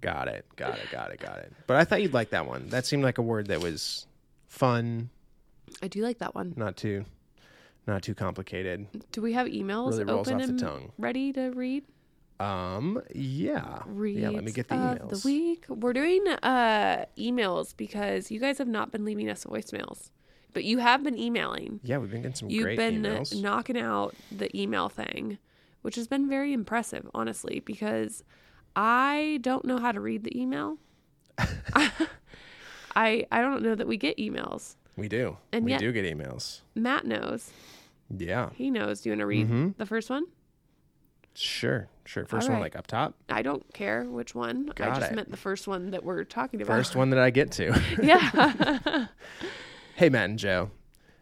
Speaker 2: Got it. Got it. Got it. Got it. But I thought you'd like that one. That seemed like a word that was fun,
Speaker 3: I do like that one.
Speaker 2: not too not too complicated.
Speaker 3: Do we have emails
Speaker 2: Really rolls
Speaker 3: open
Speaker 2: off the
Speaker 3: and
Speaker 2: tongue.
Speaker 3: ready to read?
Speaker 2: Um, yeah.
Speaker 3: Reads
Speaker 2: yeah, let me get the
Speaker 3: of
Speaker 2: emails.
Speaker 3: the week. We're doing uh emails because you guys have not been leaving us voicemails, but you have been emailing.
Speaker 2: Yeah, we've been getting some
Speaker 3: You've
Speaker 2: great
Speaker 3: been
Speaker 2: emails.
Speaker 3: knocking out the email thing, which has been very impressive, honestly, because I don't know how to read the email. I I don't know that we get emails.
Speaker 2: we do.
Speaker 3: and
Speaker 2: we
Speaker 3: yet-
Speaker 2: do get emails.
Speaker 3: Matt knows.
Speaker 2: Yeah.
Speaker 3: He knows. Do you want to read
Speaker 2: Mhm.
Speaker 3: the first one?
Speaker 2: Sure. Sure. First one
Speaker 3: right.
Speaker 2: like up top.
Speaker 3: I don't care which one. I
Speaker 2: Got
Speaker 3: just
Speaker 2: it.
Speaker 3: meant the first one that we're talking about.
Speaker 2: First one that I get to.
Speaker 3: yeah.
Speaker 2: Hey, Matt and Joe.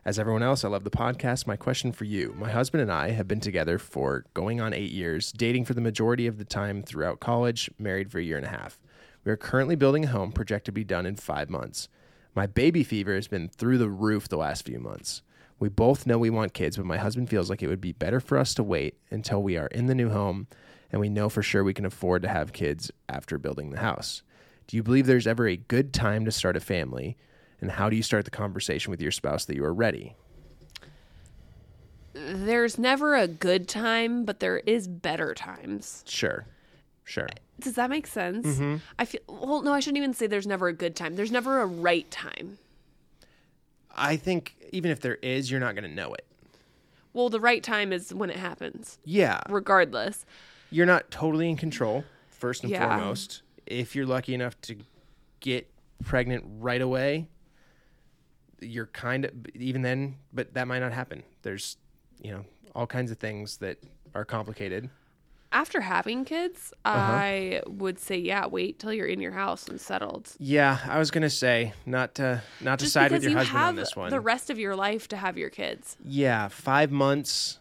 Speaker 2: As everyone else, I love the podcast. My question for you My husband and I have been together for going on eight years, dating for the majority of the time throughout college, married for a year and a half. We are currently building a home, projected to be done in five months. My baby fever has been through the roof the last few months. We both know we want kids, but my husband feels like it would be better for us to wait until we are in the new home and we know for sure we can afford to have kids after building the house. Do you believe there's ever a good time to start a family? And how do you start the conversation with your spouse that you are ready?
Speaker 3: There's never a good time, but there is better times.
Speaker 2: Sure. Sure.
Speaker 3: Does that make sense?
Speaker 2: Mm-hmm.
Speaker 3: I feel well. No, I shouldn't even say there's never a good time. There's never a right time.
Speaker 2: I think even if there is, you're not going to know it.
Speaker 3: Well, the right time is when it happens,
Speaker 2: Yeah.
Speaker 3: regardless.
Speaker 2: You're not totally in control, first and
Speaker 3: Yeah.
Speaker 2: foremost. If you're lucky enough to get pregnant right away, you're kind of, even then, but that might not happen. There's, you know, all kinds of things that are complicated.
Speaker 3: After having kids,
Speaker 2: Uh-huh.
Speaker 3: I would say, yeah, wait till you're in your house and settled.
Speaker 2: Yeah, I was gonna say not to not to
Speaker 3: Just
Speaker 2: side with
Speaker 3: because
Speaker 2: your
Speaker 3: you
Speaker 2: husband
Speaker 3: have
Speaker 2: on this one.
Speaker 3: the rest of your life to have your kids.
Speaker 2: yeah, five months.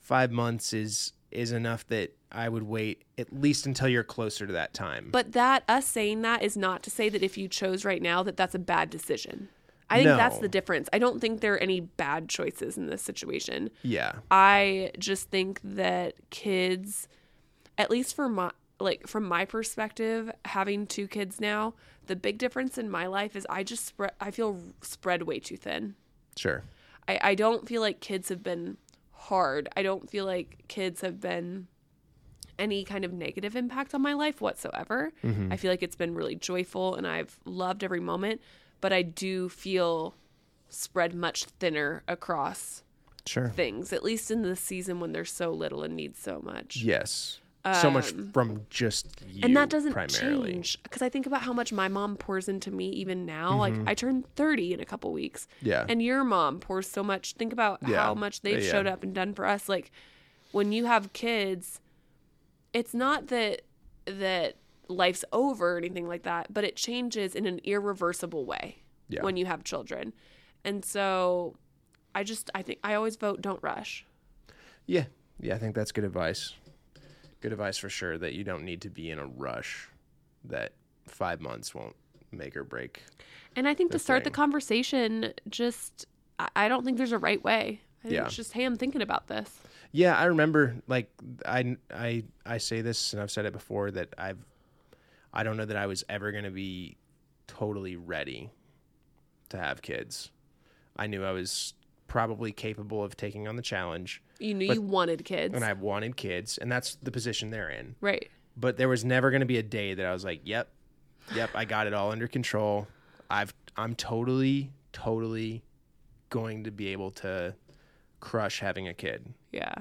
Speaker 2: Five months is is enough that I would wait at least until you're closer to that time.
Speaker 3: But that us saying that is not to say that if you chose right now that that's a bad decision. I think that's
Speaker 2: No.
Speaker 3: the difference. I don't think there are any bad choices in this situation.
Speaker 2: yeah,
Speaker 3: I just think that kids, at least for my like from my perspective, having two kids now, the big difference in my life is I just spread. I feel spread way too thin.
Speaker 2: sure.
Speaker 3: I, I don't feel like kids have been hard. I don't feel like kids have been any kind of negative impact on my life whatsoever. I feel like it's been really joyful and I've loved every moment, but I do feel spread much thinner across
Speaker 2: Sure.
Speaker 3: things, at least in this season when there's so little and needs so much.
Speaker 2: Yes. so much from just you
Speaker 3: Um, and that doesn't
Speaker 2: primarily.
Speaker 3: change because I think about how much my mom pours into me even now. Like I turned 30 in a couple weeks.
Speaker 2: Yeah.
Speaker 3: And your mom pours so much. Think about
Speaker 2: Yeah.
Speaker 3: how much they've
Speaker 2: Yeah.
Speaker 3: showed up and done for us. Like when you have kids, it's not that that life's over or anything like that, but it changes in an irreversible way
Speaker 2: Yeah.
Speaker 3: when you have children. And so I just I think I always vote don't rush.
Speaker 2: Yeah. Yeah, I think that's good advice. Good advice for sure that you don't need to be in a rush that 5 months won't make or break.
Speaker 3: And I think to start the
Speaker 2: thing.
Speaker 3: conversation, just I- I don't think there's a right way. I think
Speaker 2: Yeah.
Speaker 3: it's just hey, I'm thinking about this.
Speaker 2: Yeah, I remember like I I I say this and I've said it before that I've I don't know that I was ever going to be totally ready to have kids. I knew I was probably capable of taking on the challenge
Speaker 3: You knew
Speaker 2: But-
Speaker 3: you wanted kids,
Speaker 2: and I wanted kids and that's the position they're in.
Speaker 3: right?
Speaker 2: but there was never going to be a day that I was like, "Yep, yep, I got it all under control. I've I'm totally, totally going to be able to crush having a kid."
Speaker 3: Yeah,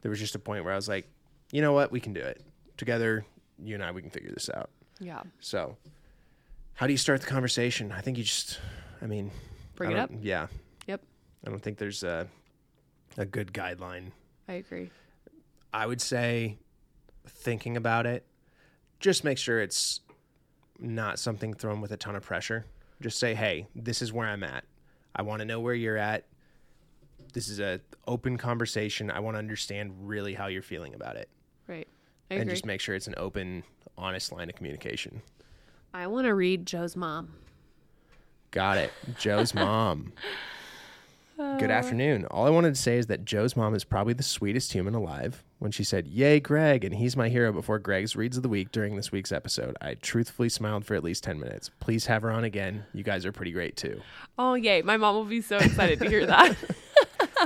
Speaker 2: There was just a point where I was like, "You know what? We can do it together. You and I, we can figure this out."
Speaker 3: yeah.
Speaker 2: So, how do you start the conversation? I think you just, I mean,
Speaker 3: Bring
Speaker 2: I
Speaker 3: it up.
Speaker 2: don't- Yeah,
Speaker 3: Yep,
Speaker 2: I don't think there's a a good guideline
Speaker 3: I agree.
Speaker 2: I would say thinking about it, just make sure it's not something thrown with a ton of pressure. Just say, "Hey, this is where I'm at. I want to know where you're at. This is a open conversation. I want to understand really how you're feeling about it."
Speaker 3: Right, I
Speaker 2: And
Speaker 3: agree.
Speaker 2: just make sure it's an open, honest line of communication.
Speaker 3: I want to read Joe's mom.
Speaker 2: Got it. Joe's mom. Good
Speaker 3: Oh.
Speaker 2: afternoon. All I wanted to say is that Joe's mom is probably the sweetest human alive. When she said, Yay, Greg, and he's my hero before Greg's Reads of the Week during this week's episode, I truthfully smiled for at least 10 minutes. Please have her on again. You guys are pretty great too.
Speaker 3: Oh yay! My mom will be so excited to hear that.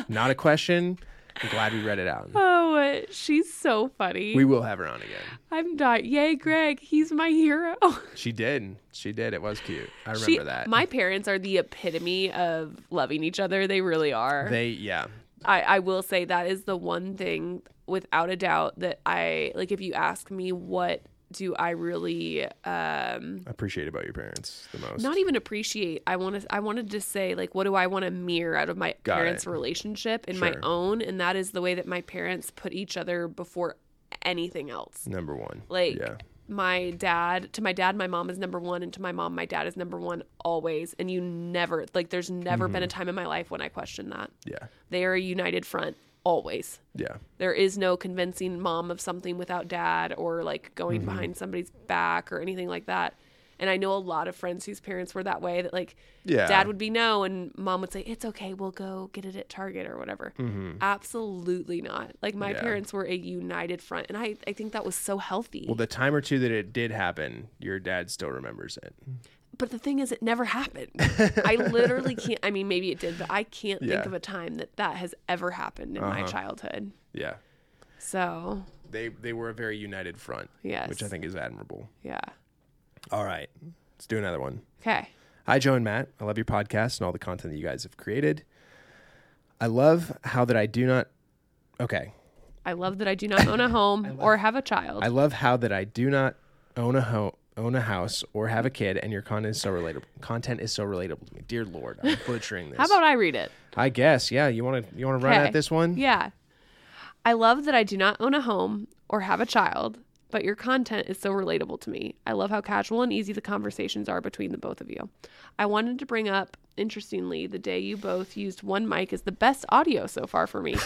Speaker 2: Not a question. I'm glad we read it out.
Speaker 3: Oh, she's so funny.
Speaker 2: We will have her on again.
Speaker 3: I'm dying. Yay, Greg! He's my hero.
Speaker 2: She did. She did. It was cute. I remember
Speaker 3: She-
Speaker 2: that.
Speaker 3: My parents are the epitome of loving each other. They really are.
Speaker 2: they, yeah.
Speaker 3: I, I will say that is the one thing without a doubt that I like if you ask me what do I really um
Speaker 2: Appreciate about your parents the most.
Speaker 3: not e even appreciate I want to I wanted to say like what do I want to mirror out of my
Speaker 2: Got
Speaker 3: parents
Speaker 2: it.
Speaker 3: relationship and my
Speaker 2: Sure.
Speaker 3: own and that is the way that my parents put each other before anything else
Speaker 2: Number one.
Speaker 3: like
Speaker 2: yeah.
Speaker 3: my dad to my dad my mom is number one and to my mom my dad is number one always and you never like there's never been a
Speaker 2: Mm-hmm.
Speaker 3: time in my life when I question that
Speaker 2: Yeah.
Speaker 3: they are a united front always
Speaker 2: Yeah.
Speaker 3: there is no convincing mom of something without dad or like going
Speaker 2: Mm-hmm.
Speaker 3: behind somebody's back or anything like that. And I know a lot of friends whose parents were that way that like
Speaker 2: Yeah.
Speaker 3: dad would be no and mom would say, It's okay, we'll go get it at Target or whatever. Absolutely not. Like my
Speaker 2: Mm-hmm. Yeah.
Speaker 3: parents were a united front and I, I think that was so healthy.
Speaker 2: Well, the time or two that it did happen, your dad still remembers it.
Speaker 3: but the thing is it never happened. I literally can't I mean maybe it did, but I can't
Speaker 2: Yeah. Uh-huh.
Speaker 3: think of a time that that has ever happened in my childhood.
Speaker 2: Yeah.
Speaker 3: So
Speaker 2: They they were a very united front.
Speaker 3: Yes.
Speaker 2: Which I think is admirable.
Speaker 3: yeah.
Speaker 2: All right. Let's do another one.
Speaker 3: Okay.
Speaker 2: Hi Joe and Matt. I love your podcast and all the content that you guys have created. I love how that I do not Okay.
Speaker 3: I love that I do not own a home or have a child.
Speaker 2: I love how that I do not own a home own a house, or have a kid, and your content is so relatable. Content is so relatable to me. Dear Lord, I'm butchering this.
Speaker 3: How about I read it?
Speaker 2: I guess. Yeah, you want to you want to run
Speaker 3: Okay.
Speaker 2: at this one?
Speaker 3: Yeah. I love that I do not own a home or have a child, but your content is so relatable to me. I love how casual and easy the conversations are between the both of you. I wanted to bring up, interestingly, the day you both used one mic is the best audio so far for me.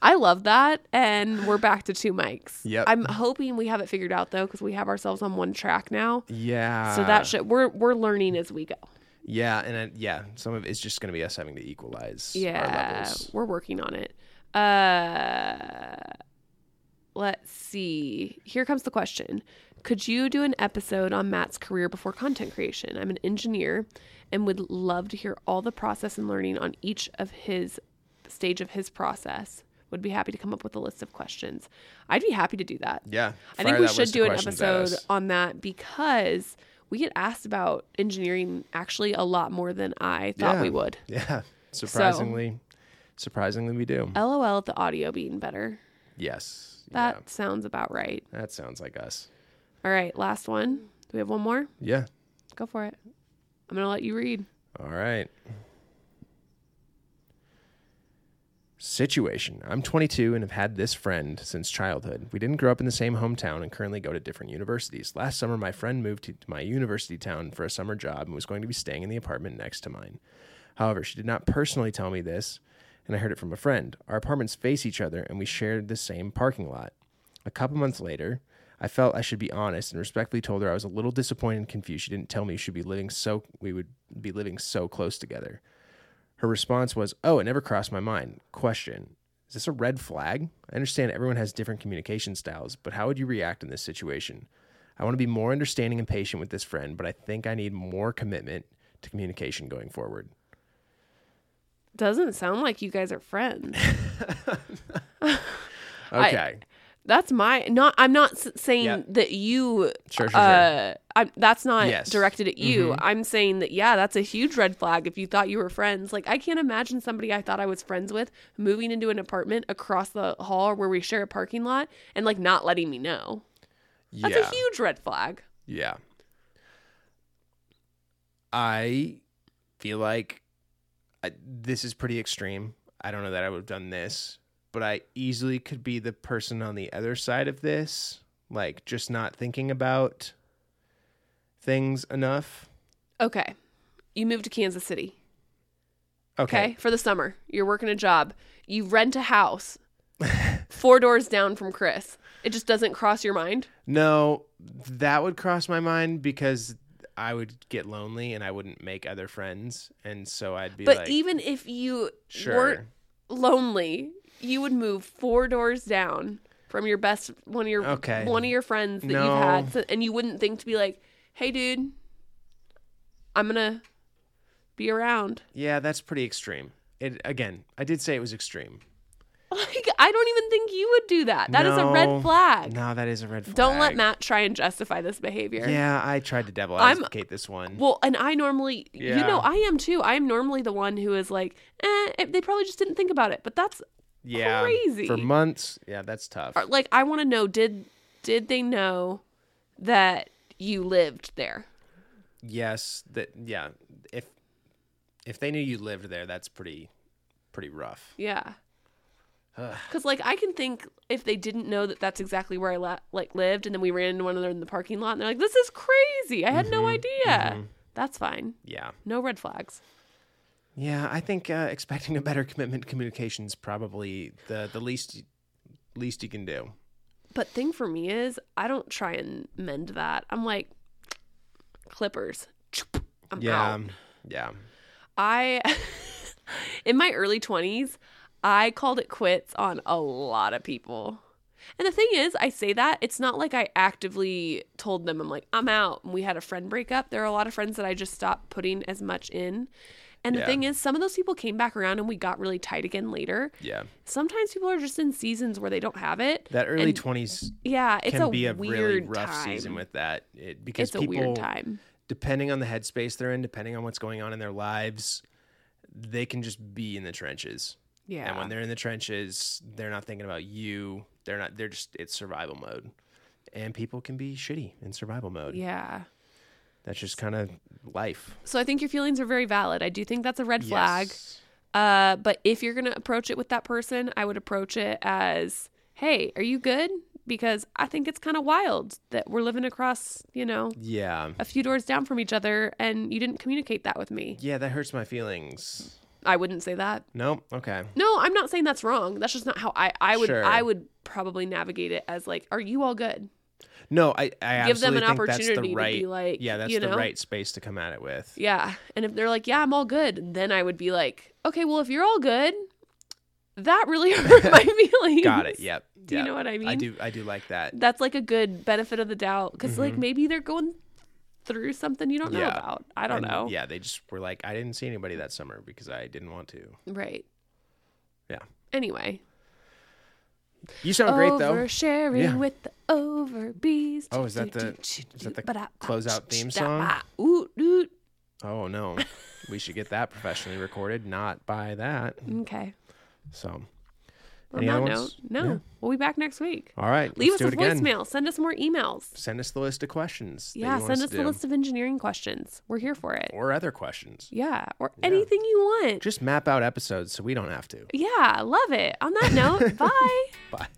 Speaker 3: I love that. And we're back to two mics.
Speaker 2: Yep.
Speaker 3: I'm hoping we have it figured out though, because we have ourselves on one track now.
Speaker 2: Yeah.
Speaker 3: So that should we're we're learning as we go.
Speaker 2: Yeah, and it, yeah, some of it's just going to be us having to equalize. Our
Speaker 3: Yeah,
Speaker 2: levels.
Speaker 3: we're working on it. Uh, let's see. Here comes the question. Could you do an episode on Matt's career before content creation? I'm an engineer and would love to hear all the process and learning on each of his stage of his process. Would be happy to come up with a list of questions. I'd be happy to do that.
Speaker 2: Yeah.
Speaker 3: I
Speaker 2: fire
Speaker 3: think we
Speaker 2: that
Speaker 3: should
Speaker 2: list
Speaker 3: do
Speaker 2: of
Speaker 3: an
Speaker 2: questions at
Speaker 3: episode
Speaker 2: us.
Speaker 3: on that because we get asked about engineering actually a lot more than I thought
Speaker 2: Yeah.
Speaker 3: we would.
Speaker 2: Yeah. Surprisingly, surprisingly, we do.
Speaker 3: LOL at the audio being better.
Speaker 2: yes.
Speaker 3: That sounds about right.
Speaker 2: yeah. That sounds like us.
Speaker 3: All right, last one. Do we have one more?
Speaker 2: Yeah.
Speaker 3: Go for it. I'm going to let you read.
Speaker 2: All right. Situation. I'm 22 and have had this friend since childhood. We didn't grow up in the same hometown and currently go to different universities. Last summer, my friend moved to my university town for a summer job and was going to be staying in the apartment next to mine. However, she did not personally tell me this, and I heard it from a friend. Our apartments face each other and we shared the same parking lot. A couple months later, I felt I should be honest and respectfully told her I was a little disappointed and confused. She didn't tell me we should be living so we would be living so close together. Her response was, "Oh, it never crossed my mind." Question: Is this a red flag? I understand everyone has different communication styles, but how would you react in this situation? I want to be more understanding and patient with this friend, but I think I need more commitment to communication going forward.
Speaker 3: Doesn't sound like you guys are friends. I-
Speaker 2: Okay.
Speaker 3: That's my not I'm not s- saying
Speaker 2: Yep.
Speaker 3: that you
Speaker 2: Sure, sure, sure.
Speaker 3: uh I'm that's not
Speaker 2: Yes. Mm-hmm.
Speaker 3: directed at you. I'm saying that yeah, that's a huge red flag if you thought you were friends. Like I can't imagine somebody I thought I was friends with moving into an apartment across the hall where we share a parking lot and like not letting me know. That's
Speaker 2: yeah.
Speaker 3: a huge red flag.
Speaker 2: Yeah. I feel like I, this is pretty extreme. I don't know that I would have done this, but I easily could be the person on the other side of this, like just not thinking about things enough.
Speaker 3: Okay. You move to Kansas City.
Speaker 2: Okay.
Speaker 3: Okay. For the summer. You're working a job. You rent a house four doors down from Chris. It just doesn't cross your mind.
Speaker 2: No, that would cross my mind because I would get lonely and I wouldn't make other friends, and so I'd be
Speaker 3: but
Speaker 2: like,
Speaker 3: even if you
Speaker 2: sure.
Speaker 3: weren't lonely, you would move four doors down from your best one of your
Speaker 2: Okay.
Speaker 3: one of your friends that
Speaker 2: No.
Speaker 3: you've had so- and you wouldn't think to be like, "Hey dude, I'm going to be around."
Speaker 2: Yeah, that's pretty extreme. It again, I did say it was extreme.
Speaker 3: Like I don't even think you would do that. That is a
Speaker 2: No.
Speaker 3: red flag.
Speaker 2: No, that is a red flag.
Speaker 3: Don't let Matt try and justify this behavior.
Speaker 2: Yeah, I tried to devil
Speaker 3: I'm-
Speaker 2: advocate this one.
Speaker 3: Well, and I normally, you
Speaker 2: Yeah.
Speaker 3: know, I am too. I am normally the one who is like, eh, it- they probably just didn't think about it. But that's
Speaker 2: yeah,
Speaker 3: crazy.
Speaker 2: for months. Yeah, that's tough.
Speaker 3: or, like, I want to know did did they know that you lived there?
Speaker 2: Yes, that yeah. If if they knew you lived there, that's pretty pretty rough.
Speaker 3: Yeah. Because like I can think if they didn't know that that's exactly where I la- like lived, and then we ran into one another in the parking lot, and they're like, "This is crazy! I had
Speaker 2: Mm-hmm.
Speaker 3: no idea." That's fine.
Speaker 2: Yeah,
Speaker 3: No red flags.
Speaker 2: yeah. I think uh, expecting a better commitment to communication is probably the the least least you can do.
Speaker 3: But thing for me is, I don't try and mend that. I'm like clippers. I'm
Speaker 2: Yeah, Um,
Speaker 3: out.
Speaker 2: yeah.
Speaker 3: I in my early 20s, I called it quits on a lot of people. And the thing is, I say that it's not like I actively told them I'm like I'm out and we had a friend breakup. There are a lot of friends that I just stopped putting as much in. And the
Speaker 2: Yeah.
Speaker 3: thing is, some of those people came back around and we got really tight again later.
Speaker 2: Yeah,
Speaker 3: Sometimes people are just in seasons where they don't have it.
Speaker 2: that early
Speaker 3: And-
Speaker 2: twenties
Speaker 3: Yeah, it's
Speaker 2: can
Speaker 3: a
Speaker 2: be a
Speaker 3: weird
Speaker 2: really rough
Speaker 3: time.
Speaker 2: season with that it, because
Speaker 3: it's a
Speaker 2: people
Speaker 3: weird time.
Speaker 2: depending on the headspace they're in, depending on what's going on in their lives, they can just be in the trenches.
Speaker 3: Yeah.
Speaker 2: And when they're in the trenches, they're not thinking about you. They're not. They're just. It's survival mode. and people can be shitty in survival mode.
Speaker 3: Yeah.
Speaker 2: That's just kind of life.
Speaker 3: So I think your feelings are very valid. I do think that's a red flag. Uh, but if you're going to approach it with that person, I would approach it as, hey, are you good? Because I think it's kind of wild that we're living across, you know,
Speaker 2: Yeah.
Speaker 3: a few doors down from each other and you didn't communicate that with me.
Speaker 2: Yeah, that hurts my feelings.
Speaker 3: I wouldn't say that.
Speaker 2: Nope. Okay.
Speaker 3: No, I'm not saying that's wrong. That's just not how I, I would
Speaker 2: Sure.
Speaker 3: I would probably navigate it as like, are you all good?
Speaker 2: No, I, I
Speaker 3: Give them
Speaker 2: absolutely think
Speaker 3: an
Speaker 2: that's
Speaker 3: opportunity
Speaker 2: the
Speaker 3: to
Speaker 2: right.
Speaker 3: be like,
Speaker 2: yeah, that's
Speaker 3: you
Speaker 2: the
Speaker 3: know?
Speaker 2: right space to come at it with.
Speaker 3: Yeah. And if they're like, yeah, I'm all good, then I would be like, okay, well, if you're all good, that really hurt my feelings.
Speaker 2: Got it. Yep.
Speaker 3: Do you
Speaker 2: yep.
Speaker 3: know what I
Speaker 2: I
Speaker 3: mean?
Speaker 2: do. I do like that.
Speaker 3: That's like a good benefit of the doubt because, like, maybe they're going through something you don't know
Speaker 2: Mm-hmm. Yeah.
Speaker 3: about. I don't
Speaker 2: And,
Speaker 3: know.
Speaker 2: Yeah, they just were like, I didn't see anybody that summer because I didn't want to.
Speaker 3: Right.
Speaker 2: Yeah.
Speaker 3: Anyway.
Speaker 2: You sound great though.
Speaker 3: Oversharing
Speaker 2: Yeah.
Speaker 3: with the overbees.
Speaker 2: Oh, is that the- is that the closeout theme song?
Speaker 3: Ooh, ooh.
Speaker 2: Oh no, we should get that professionally recorded, not by that.
Speaker 3: Okay.
Speaker 2: So,
Speaker 3: Mm. On
Speaker 2: Any
Speaker 3: that
Speaker 2: other
Speaker 3: note,
Speaker 2: ones?
Speaker 3: no.
Speaker 2: Yeah.
Speaker 3: We'll be back next week.
Speaker 2: all right,
Speaker 3: Leave
Speaker 2: let's
Speaker 3: us a
Speaker 2: do it again.
Speaker 3: voicemail. Send us more emails.
Speaker 2: Send us the list of questions. that you
Speaker 3: Yeah,
Speaker 2: want
Speaker 3: send
Speaker 2: to
Speaker 3: us the
Speaker 2: do.
Speaker 3: list of engineering questions. We're here for it.
Speaker 2: or other questions.
Speaker 3: Yeah, or anything you want.
Speaker 2: Just map out episodes so we don't have to.
Speaker 3: Yeah, love it. On that note, bye.
Speaker 2: Bye.